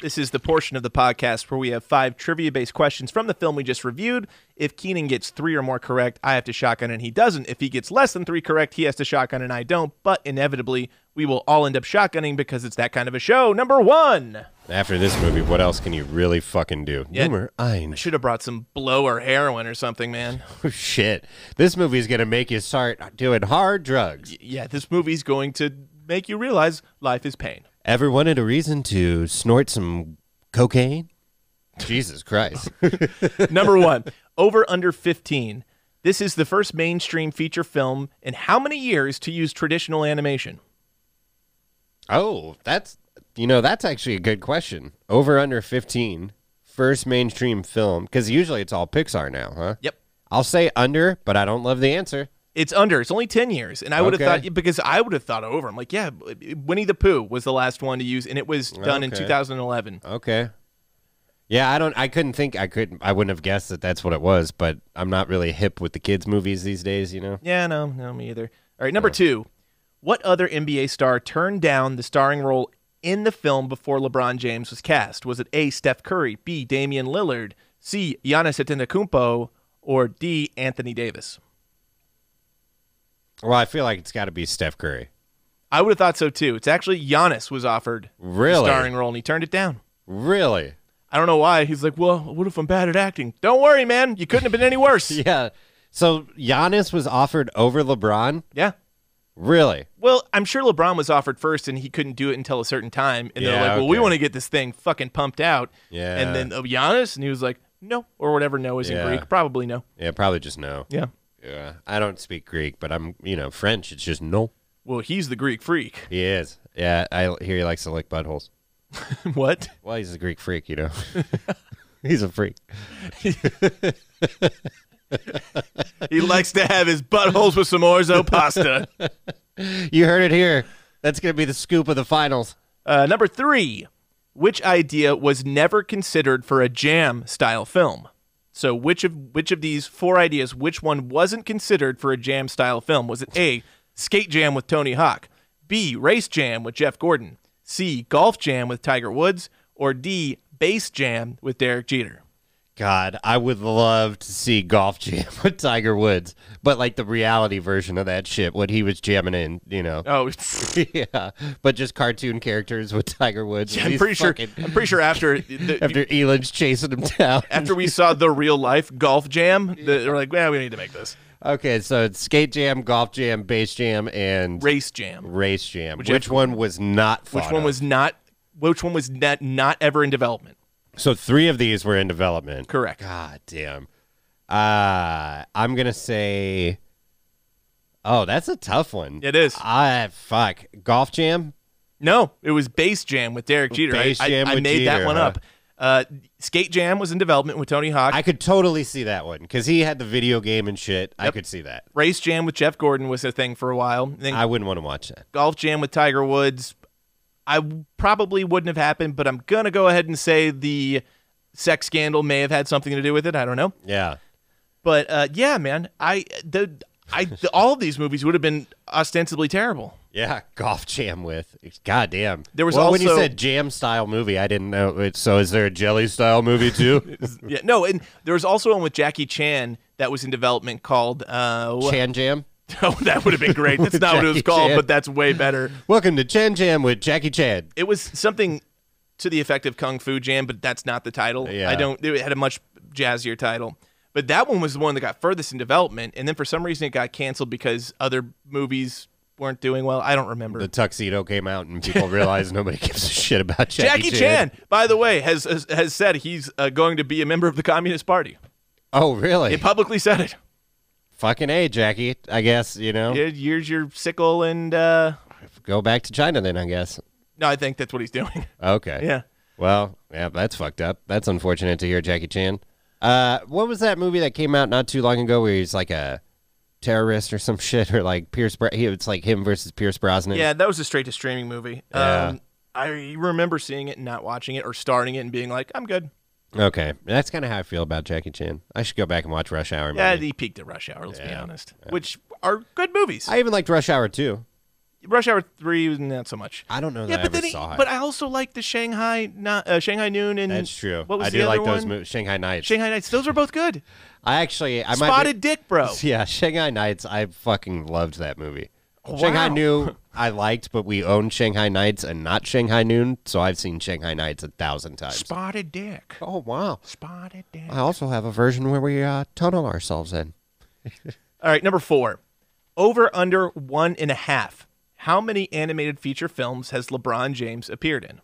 This is the portion of the podcast where we have five trivia based questions from the film we just reviewed. If Keenan gets three or more correct, I have to shotgun and he doesn't. If he gets less than three correct, he has to shotgun and I don't. But inevitably, we will all end up shotgunning because it's that kind of a show. Number one. After this movie, what else can you really fucking do? Yeah. Number ein. Should have brought some blow or heroin or something, man. Shit, this movie is gonna make you start doing hard drugs. Yeah, this movie's going to make you realize life is pain. Ever wanted a reason to snort some cocaine? Jesus Christ! Number one, over under 15. This is the first mainstream feature film in how many years to use traditional animation? oh, that's you know that's actually a good question. Over under fifteen, first mainstream film because usually it's all Pixar now, huh? Yep. I'll say under, but I don't love the answer. It's under. It's only 10 years. And I would have Okay. thought, because I would have thought over. I'm like, yeah, Winnie the Pooh was the last one to use, and it was done in Okay. 2011. Okay. Yeah, I don't. I couldn't think. I couldn't. I wouldn't have guessed that that's what it was. But I'm not really hip with the kids' movies these days. You know. Yeah, no, no, me either. All right, number two. What other NBA star turned down the starring role in the film before LeBron James was cast? Was it A, Steph Curry, B, Damian Lillard, C, Giannis Antetokounmpo, or D, Anthony Davis? Well, I feel like it's got to be Steph Curry. I would have thought so too. It's actually Giannis was offered Really? a starring role and he turned it down. Really? I don't know why. He's like, well, what if I'm bad at acting? Don't worry, man. You couldn't have been any worse. yeah. Yeah. So Giannis was offered over LeBron. Really? Well, I'm sure LeBron was offered first and he couldn't do it until a certain time. And they're Yeah, like, well, we okay. want to get this thing fucking pumped out. Yeah. And then oh, Giannis, and he was like, no, or whatever no is Yeah. in Greek. Probably no. Yeah, probably just no. Yeah. Yeah. I don't speak Greek, but I'm you know French. It's just no. Well, he's the Greek freak. He is. Yeah. I hear he likes to lick buttholes. what? Well, he's a Greek freak, you know. he's a freak. He likes to have his buttholes with some orzo pasta. You heard it here. That's going to be the scoop of the finals. Uh, number three, which idea was never considered for a jam style film? So which of which of these four ideas, which one wasn't considered for a jam style film? Was it A, skate jam with Tony Hawk, B, race jam with Jeff Gordon, C, golf jam with Tiger Woods, or D, bass jam with Derek Jeter? God, I would love to see Golf Jam with Tiger Woods, but like the reality version of that shit, what he was jamming in, you know. Oh, yeah, but just cartoon characters with Tiger Woods. I'm pretty sure. I'm pretty sure after the, after Elon's chasing him down. after we saw the real life golf jam, the, they're like, well, we need to make this okay, so it's skate jam, golf jam, bass jam, and race jam. race jam. Which, Which- one was not? Which thought one of? was not? Which one was not, not ever in development? So three of these were in development. Correct. God damn. Uh, I'm gonna say. Oh, that's a tough one. It is. I fuck golf jam. No, it was bass jam with Derek Jeter. I- Bass I, Jam I with made that Jeter, one huh? up. Uh, skate jam was in development with Tony Hawk. I could totally see that one because he had the video game and shit. I could see that. Race jam with Jeff Gordon was a thing for a while. And then I wouldn't want to watch that. golf jam with Tiger Woods. I w- probably wouldn't have happened, but I'm gonna go ahead and say the sex scandal may have had something to do with it. I don't know. Yeah. But uh, yeah, man, I the I the, all of these movies would have been ostensibly terrible. Yeah, golf jam with. God damn. There was well, when you also- said jam style movie, I didn't know. It, so is there a jelly style movie too? Yeah, no, and there was also one with Jackie Chan that was in development called. Uh, wha- Chan jam. oh, that would have been great. That's not what it was Jackie called, Chan. but that's way better. Welcome to Chan Jam with Jackie Chan. It was something to the effect of Kung Fu Jam, but that's not the title. Yeah. I don't. It had a much jazzier title. But that one was the one that got furthest in development, and then for some reason it got canceled because other movies weren't doing well. I don't remember. the tuxedo came out and people realized nobody gives a shit about Jackie, Jackie Chan, by the way, has has, has said he's uh, going to be a member of the Communist Party. Oh, really? He publicly said it. Fucking A, Jackie. I guess, you know. Yeah, Here's your sickle, and uh, Go back to China then, I guess. no, I think that's what he's doing. Okay. yeah, Well, yeah, that's fucked up. That's unfortunate to hear, Jackie Chan. Uh, what was that movie that came out not too long ago where he's like a terrorist or some shit or like Pierce Bro- he It's like him versus Pierce Brosnan. yeah, that was a straight to streaming movie. Yeah. Um, I remember seeing it and not watching it or starting it and being like, I'm good. Okay. That's kind of how I feel about Jackie Chan. I should go back and watch Rush Hour. Yeah, maybe. he peaked at Rush Hour. Let's be honest, which are good movies. I even liked Rush Hour too. Rush Hour three was not so much. I don't know yeah, that I but ever then he, saw it. but I also like the Shanghai not, uh, Shanghai Noon and That's true. What was I the do other like those one? movies. Shanghai Nights. Shanghai Nights. Those are both good. I actually I might Spotted be- Dick, bro. Yeah, Shanghai Nights. I fucking loved that movie. Shanghai wow. Noon I liked, but we owned Shanghai Nights and not Shanghai Noon, so I've seen Shanghai Nights a thousand times. Spotted Dick. oh wow! Spotted Dick. I also have a version where we uh, tunnel ourselves in. All right, number four. Over under one and a half. How many animated feature films has LeBron James appeared in?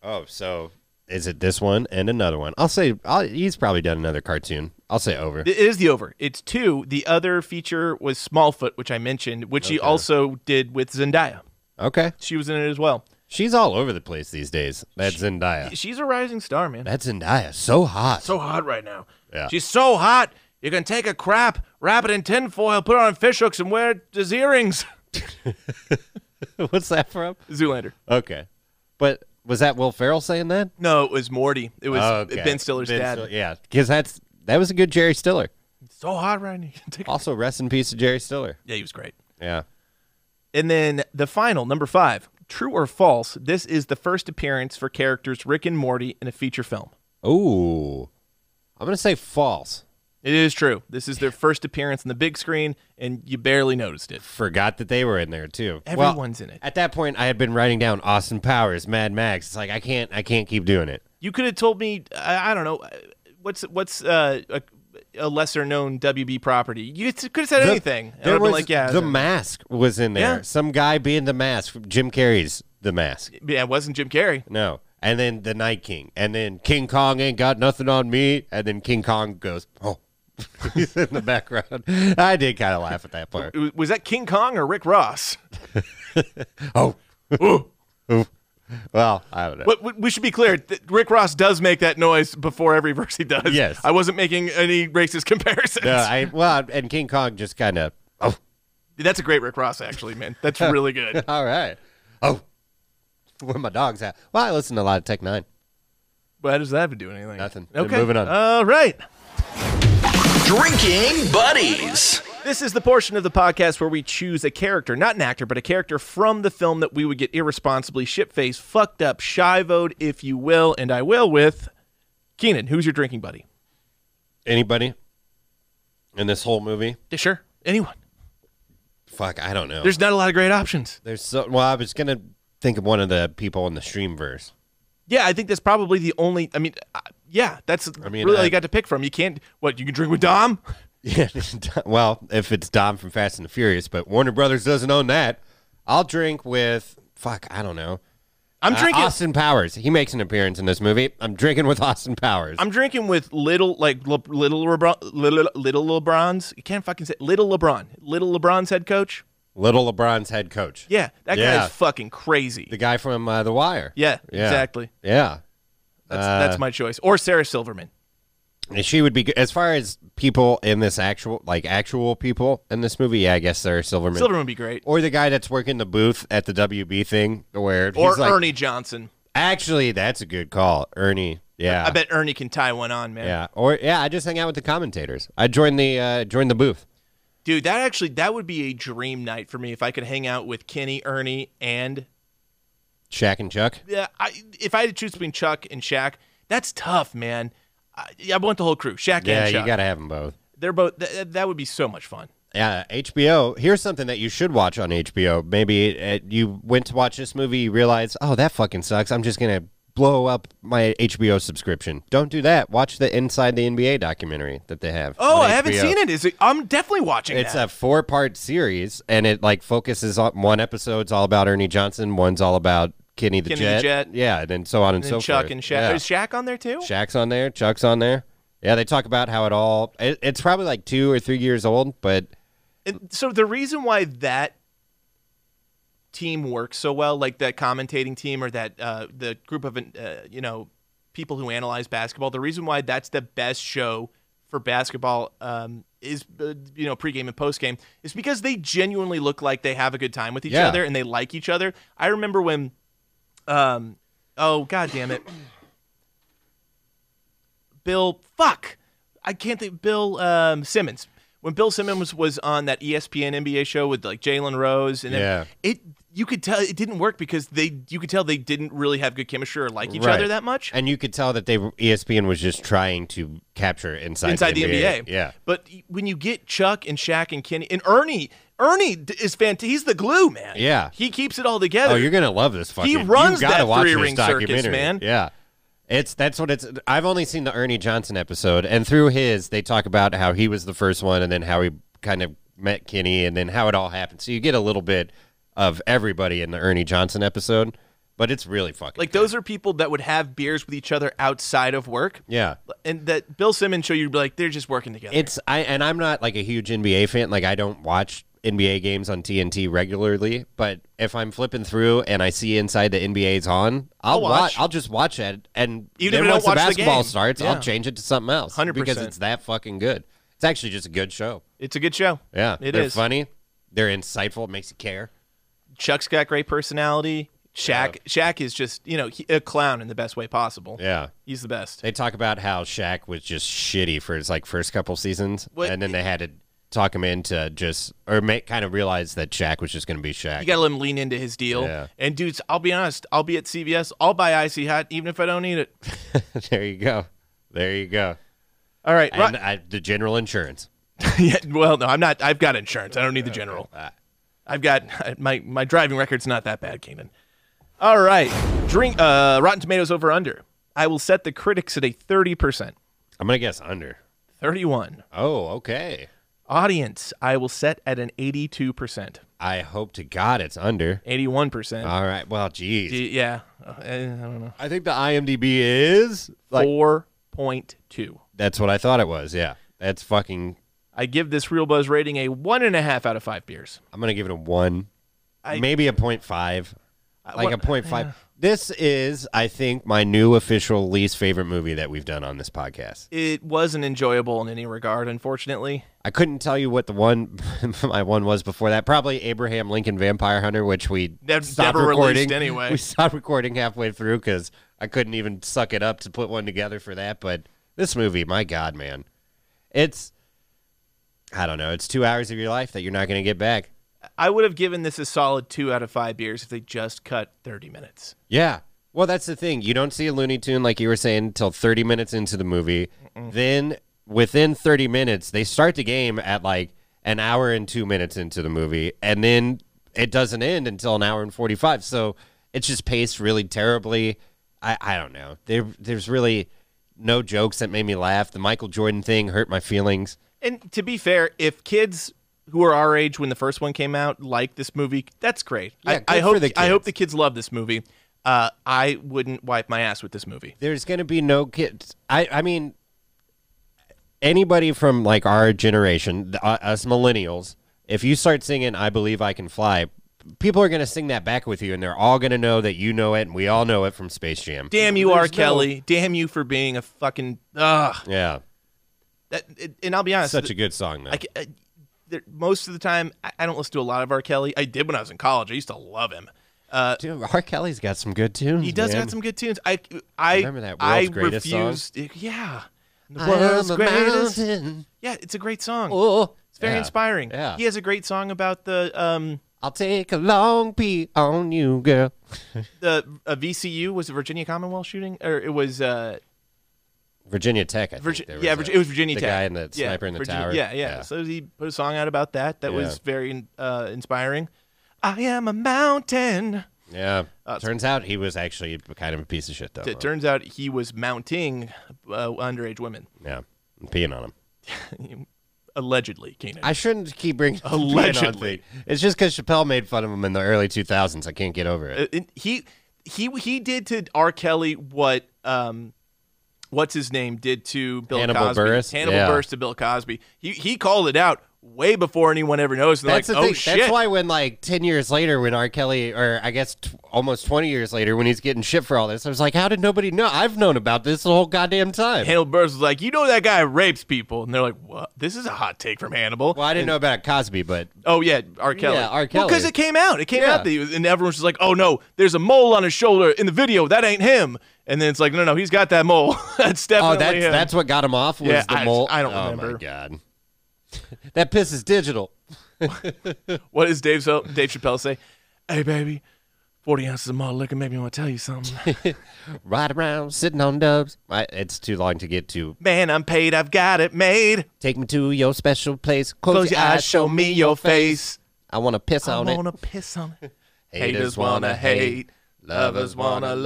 Oh, so is it this one and another one? I'll say I'll, he's probably done another cartoon. I'll say over. It is the over. It's two. The other feature was Smallfoot, which I mentioned, which he also did with Zendaya. Okay, She was in it as well. she's all over the place these days. That's Zendaya. She's a rising star, man. That's Zendaya. So hot. so hot right now. Yeah. She's so hot. You can take a crap, wrap it in tinfoil, put it on fish hooks, and wear it as earrings. What's that from? Zoolander. Okay, but was that Will Ferrell saying that? No, it was Morty. It was Oh, okay. Ben Stiller's dad. Still- yeah, because that's that was a good Jerry Stiller. so hot right now. You can take a- Also, rest in peace to Jerry Stiller. Yeah, he was great. Yeah. And then the final, number five. True or false, this is the first appearance for characters Rick and Morty in a feature film. Ooh, I'm gonna say false. It is true. This is their first appearance on the big screen, and you barely noticed it. Forgot that they were in there too. Well, Everyone's in it. At that point, I had been writing down Austin Powers, Mad Max. It's like I can't, I can't keep doing it. You could have told me, I, I don't know, uh, what's what's uh, a, a lesser known WB property. You could have said The- anything. I would There have was been like, yeah, the it's a- mask was in there. Yeah. Some guy being the mask. Jim Carrey's the mask. yeah, it wasn't Jim Carrey. No. And then the Night King. And then King Kong ain't got nothing on me. And then King Kong goes, oh. He's in the background. I did kind of laugh at that part. It was, was that King Kong or Rick Ross? Oh. Ooh. Well, I don't know. But we- we should be clear. th- Rick Ross does make that noise before every verse he does. Yes. I wasn't making any racist comparisons. No, I well, and King Kong just kind of. Oh, That's a great Rick Ross, actually, man. That's really good. all right. Oh, where my dog's at? Well, I listen to a lot of Tech Nine. But how does that have to do with anything? Nothing. They're Okay. moving on. All right. Drinking Buddies. This is the portion of the podcast where we choose a character, not an actor, but a character from the film that we would get irresponsibly shit faced, fucked up, shivoed, if you will, and I will with Keenan. Who's your drinking buddy? Anybody in this whole movie? Yeah, Sure. Anyone. Fuck, I don't know. There's not a lot of great options. There's so well, I was gonna think of one of the people in the Streamverse. Yeah, I think that's probably the only. I mean, uh, yeah, that's mean, uh, really all I- you got to pick from. You can't. What you can drink with Dom? Yeah, well, if it's Dom from Fast and the Furious, but Warner Brothers doesn't own that. I'll drink with fuck, I don't know. I'm Uh, drinking. Austin Powers. He makes an appearance in this movie. I'm drinking with Austin Powers. I'm drinking with little like Le- little LeBron, little little LeBron's. You can't fucking say little LeBron. Little LeBron's head coach. Little LeBron's head coach. Yeah, that Yeah. guy's fucking crazy. The guy from uh, The Wire. yeah, Yeah. Uh, exactly. Yeah. That's that's my choice. Or Sarah Silverman. And She would be good. As far as people in this actual, like actual people in this movie, yeah, I guess Sarah Silverman. Silverman would be great. Or, Or the guy that's working the booth at the WB thing where he's like, Ernie Johnson. Actually, that's a good call. Ernie. Yeah. I bet Ernie can tie one on, man. Yeah. Or yeah, I just hang out with the commentators. I joined the uh joined the booth. Dude, that actually that would be a dream night for me if I could hang out with Kenny, Ernie, and Shaq and Chuck. yeah, I if I had to choose between Chuck and Shaq, that's tough, man. I, I want the whole crew. Shaq Yeah, and Chuck. you got to have them both. They're both th- that would be so much fun. Yeah, HBO. Here's something that you should watch on HBO. Maybe uh, you went to watch this movie, you realize, oh, that fucking sucks. I'm just gonna blow up my HBO subscription. Don't do that. Watch the Inside the NBA documentary that they have. Oh, on I haven't HBO. seen it. Is it? I'm definitely watching It's that. a four part series, and it like focuses on one episode's all about Ernie Johnson, one's all about Kenny the, Kenny the Jet. Jet. yeah, and then so on and, and so then Chuck forth. and Shaq. Yeah. Is Shaq on there too? Shaq's on there. Chuck's on there. Yeah, they talk about how it all. It, it's probably like two or three years old, but And so the reason why that team works so well, like that commentating team or that uh, the group of uh, you know people who analyze basketball, the reason why that's the best show for basketball um, is uh, you know pregame and postgame is because they genuinely look like they have a good time with each Yeah. other and they like each other. I remember when, um, oh god damn it, Bill fuck, I can't think Bill um, Simmons. When Bill Simmons was on that E ESPN NBA show with like Jalen Rose and Yeah. it you could tell it didn't work because they you could tell they didn't really have good chemistry or like each Right. other that much and you could tell that they E were- ESPN was just trying to capture inside inside the, NBA. Yeah, But y- when you get Chuck and Shaq and Kenny and Ernie, Ernie d- is fantastic. He's the glue, man. Yeah. He keeps it all together. Oh, you're gonna love this fucking. you runs gotta that watch this three-ring circus, documentary. man. Yeah, it's that's what it's. I've only seen the Ernie Johnson episode, and through his, they talk about how he was the first one, and then how he kind of met Kenny, and then how it all happened. So you get a little bit of everybody in the Ernie Johnson episode, but it's really fucking like good. those are people that would have beers with each other outside of work. Yeah. And that Bill Simmons show you'd be like, they're just working together. It's I and I'm not like a huge NBA fan. Like I don't watch NBA games on TNT regularly, but if I'm flipping through and I see inside the NBA's on, I'll, I'll watch. watch. I'll just watch it, and Even if I then don't once the watch the basketball game. starts, Yeah. I'll change it to something else. 100%. because it's that fucking good. It's actually just a good show. it's a good show. Yeah, it they're is. funny. They're insightful. It makes you care. Chuck's got great personality. Shaq, Shaq is just you know he, a clown in the best way possible. Yeah. he's the best. They talk about how Shaq was just shitty for his like first couple seasons, What- and then they had to talk him into just or make kind of realize that Shaq was just going to be Shaq. You gotta let him lean into his deal. Yeah. And dudes, I'll be honest. I'll be at CVS. I'll buy icy hot even if I don't need it. there you go. There you go. All right. And Ro- I, the general insurance. yeah, well, no, I'm not. I've got insurance. I don't need the Oh. general. Uh, I've got my my driving record's not that bad, Keenan. All right. Drink uh, Rotten Tomatoes over under. I will set the critics at a thirty percent. I'm gonna guess under. Thirty one. Oh, okay. Audience, I will set at an eighty two percent. I hope to God it's under. Eighty one percent. All right. Well, geez. Yeah. Uh, I don't know. I think the IMDb is like Four point two. that's what I thought it was. Yeah, that's fucking. I give this Real Buzz rating a one and a half out of five beers. I'm gonna give it a one, I- maybe a point five, like what- a point five. This is, I think, my new official least favorite movie that we've done on this podcast. It wasn't enjoyable in any regard, unfortunately. I couldn't tell you what the one my one was before that. Probably Abraham Lincoln Vampire Hunter, which we Nev- stopped never released recording anyway. We stopped recording halfway through because I couldn't even suck it up to put one together for that. But this movie, my God, man, it's I don't know. It's two hours of your life that you're not going to get back. I would have given this a solid two out of five beers if they just cut 30 minutes. Yeah. Well, that's the thing. You don't see a Looney Tune like you were saying until 30 minutes into the movie. Then within 30 minutes, they start the game at like an hour and 2 minutes into the movie and then it doesn't end until an hour and 45. So it's just paced really terribly. I, I don't know. There there's really no jokes that made me laugh. The Michael Jordan thing hurt my feelings. And to be fair, if kids who are our age when the first one came out like this movie, that's great. Yeah, I, I good for hope the I hope kids. the kids love this movie. Uh, I wouldn't wipe my ass with this movie. there's going to be no kids. I, I mean, anybody from like our generation, th- uh, us millennials, if you start singing "I Believe I Can Fly," people are going to sing that back with you, and they're all going to know that you know it, and we all know it from Space Jam. Damn you, R. There's no- Kelly. Damn you for being a fucking ugh. Yeah, That, and I'll be honest, such a good song though. I, ca- I, there, most of the time, I, I don't listen to a lot of R. Kelly. I did when I was in college. I used to love him. Uh, Dude, R. Kelly's got some good tunes. he does man. got some good tunes. I, I Remember that I world's greatest song? refused. Yeah, the I am world's a greatest. mountain. Yeah, it's a great song. Oh, It's very inspiring. Yeah. He has a great song about the um I'll take a long pee on you, girl. the a VCU was it Virginia Commonwealth shooting or it was uh Virginia Tech, I think. Virgi- there yeah a- Virgi- it was Virginia the Tech. guy in the Yeah, sniper in the Virginia- tower. Yeah, yeah, So he put a song out about that that was Yeah. very uh inspiring. I am a mountain. Yeah. Uh, Turns out he was actually kind of a piece of shit, though. It turns out he was mounting uh, underage women yeah. I'm peeing on him. allegedly, Keenan. I shouldn't keep bringing up the peeing on Allegedly. thing. It's just because Chappelle made fun of him in the early 2000s. I can't get over it. Uh, it- he he he did to R. Kelly what um what's his name did to Bill Hannibal Cosby. Buress? Hannibal Yeah. Buress to Bill Cosby. He he called it out way before anyone ever noticed. And they're That's like, the oh thing. shit. That's why when like 10 years later, when R. Kelly, or I guess t- almost 20 years later, when he's getting shit for all this, I was like, how did nobody know? I've known about this the whole goddamn time. Hannibal Buress was like, you know that guy rapes people, and they're like, what? This is a hot take from Hannibal. well, I didn't know about Cosby, but Oh yeah, R. Kelly. Yeah, R. because Kelly. it came out. It came Yeah. out that he was, and everyone's just like, "Oh no, there's a mole on his shoulder in the video. That ain't him." And then it's like, "No, no, he's got that mole. that's oh, definitely that's him." that's what got him off was uh, Yeah, the I- mole. I don't oh, remember. my god, that pisses digital. What does Dave so- Dave Chappelle say? Hey baby, forty ounces of malt liquor make me want to tell you something. Ride around, sitting on dubs. I, it's too long to get to. Man, I'm paid. I've got it made. Take me to your special place. Close, Close your eyes, show me your face. I want to piss I on wanna it. piss on it. Haters Haters wanna wanna hate. hate. Lovers Lovers wanna wanna love.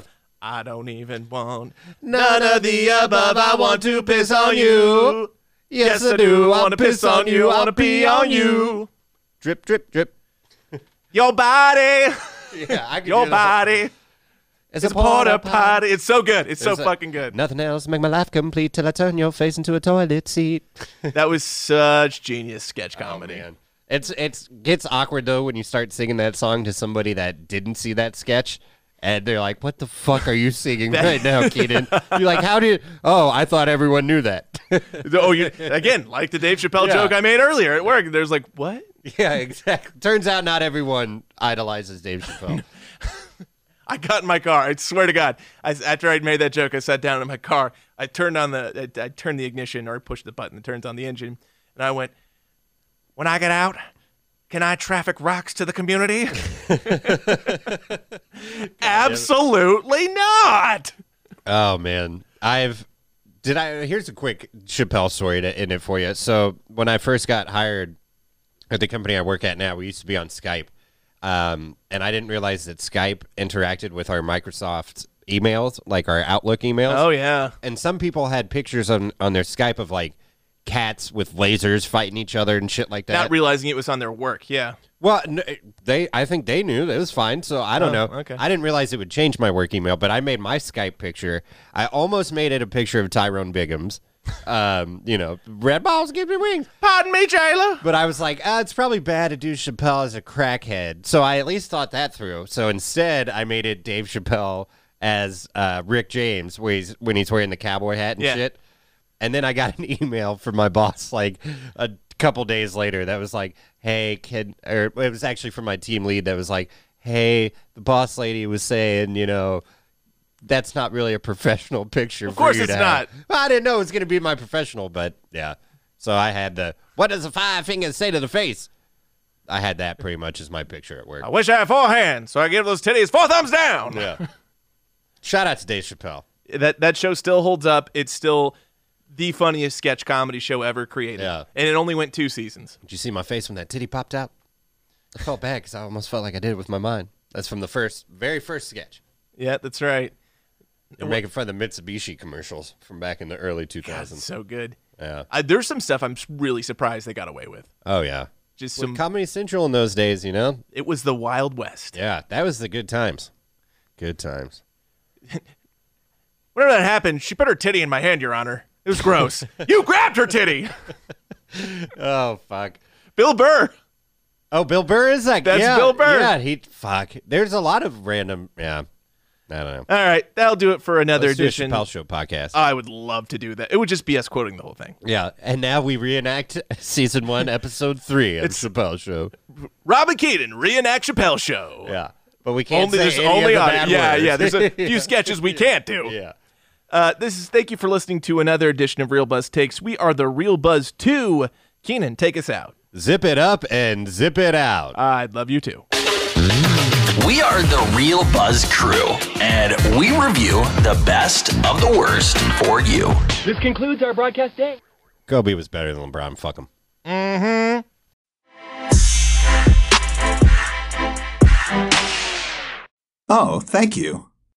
love. I don't even want none of the above. I want to piss on you. Yes, I do. I wanna piss on you. I wanna pee on you. Drip, drip, drip. Your body, Yeah, I can your body. It's, It's a porta potty. It's so good. It's so It's a- fucking good. Nothing else make my life complete till I turn your face into a toilet seat. That was such genius sketch comedy. Man. It's it's gets awkward though when you start singing that song to somebody that didn't see that sketch, and they're like, "What the fuck are you singing right now, Keaton?" You're like, "How did? Oh, I thought everyone knew that." oh, you, again, like the Dave Chappelle Yeah. joke I made earlier at work. There's like, what? yeah, exactly. Turns out not everyone idolizes Dave Chappelle. I got in my car. I swear to God, I, after I'd made that joke, I sat down in my car. I turned on the, I, I turned the ignition or I pushed the button that turns on the engine, and I went, "When I get out, can I traffic rocks to the community?" Absolutely not. Oh man, I've did I. Here's a quick Chappelle story to end it for you. So when I first got hired at the company I work at now, we used to be on Skype, um, and I didn't realize that Skype interacted with our Microsoft emails, like our Outlook emails. Oh yeah. And some people had pictures on on their Skype of like cats with lasers fighting each other and shit like that. Not realizing it was on their work. Yeah. Well, n- they I think they knew that it was fine, so I don't Oh, know. okay. I didn't realize it would change my work email, but I made my Skype picture. I almost made it a picture of Tyrone Biggums, um, you know, red balls give me wings. Pardon me, jailer. But I was like, ah, it's probably bad to do Chappelle as a crackhead. So I at least thought that through. So instead, I made it Dave Chappelle as uh, Rick James when he's, when he's wearing the cowboy hat and Yeah. shit. And then I got an email from my boss like a couple days later that was like, hey, kid, or it was actually from my team lead that was like, hey, the boss lady was saying, you know, that's not really a professional picture. Of course for you it's to have." Well, I didn't know it was going to be my professional, but yeah. So I had the what does the five fingers say to the face? I had that pretty much as my picture at work. I wish I had four hands, so I give those titties four thumbs down. Yeah. Shout out to Dave Chappelle. That that show still holds up. It's still the funniest sketch comedy show ever created. Yeah. And it only went two seasons. Did you see my face when that titty popped out? I felt bad because I almost felt like I did it with my mind. That's from the first, very first sketch. Yeah, that's right. They're making fun of the Mitsubishi commercials from back in the early 2000s. That's so good. Yeah. I, there's some stuff I'm s- really surprised they got away with. Oh, yeah. Just With some. Comedy Central in those days, you know? it was the Wild West. Yeah, that was the good times. Good times. Whenever that happened, she put her titty in my hand, Your Honor. It was gross. you grabbed her titty, Oh, fuck. Bill Burr. Oh, Bill Burr is like That's yeah, Bill Burr. Yeah, he fuck. There's a lot of random. Yeah, I don't know. All right, that'll do it for another Let's do a edition. Chappelle Show podcast. I would love to do that. It would just be us quoting the whole thing. yeah, and now we reenact season one, episode three of Chappelle Show. Robin Keaton reenact Chappelle show. Yeah, but we can't Only say there's any only of the audio. bad yeah words. yeah. There's a few sketches we can't do. yeah. Uh, this is thank you for listening to another edition of Real Buzz Takes. We are the Real Buzz Two. Keenan, take us out. Zip it up and zip it out. I'd love you too. We are the Real Buzz crew, and we review the best of the worst for you. This concludes our broadcast day. Kobe was better than LeBron. Fuck him. Oh, thank you.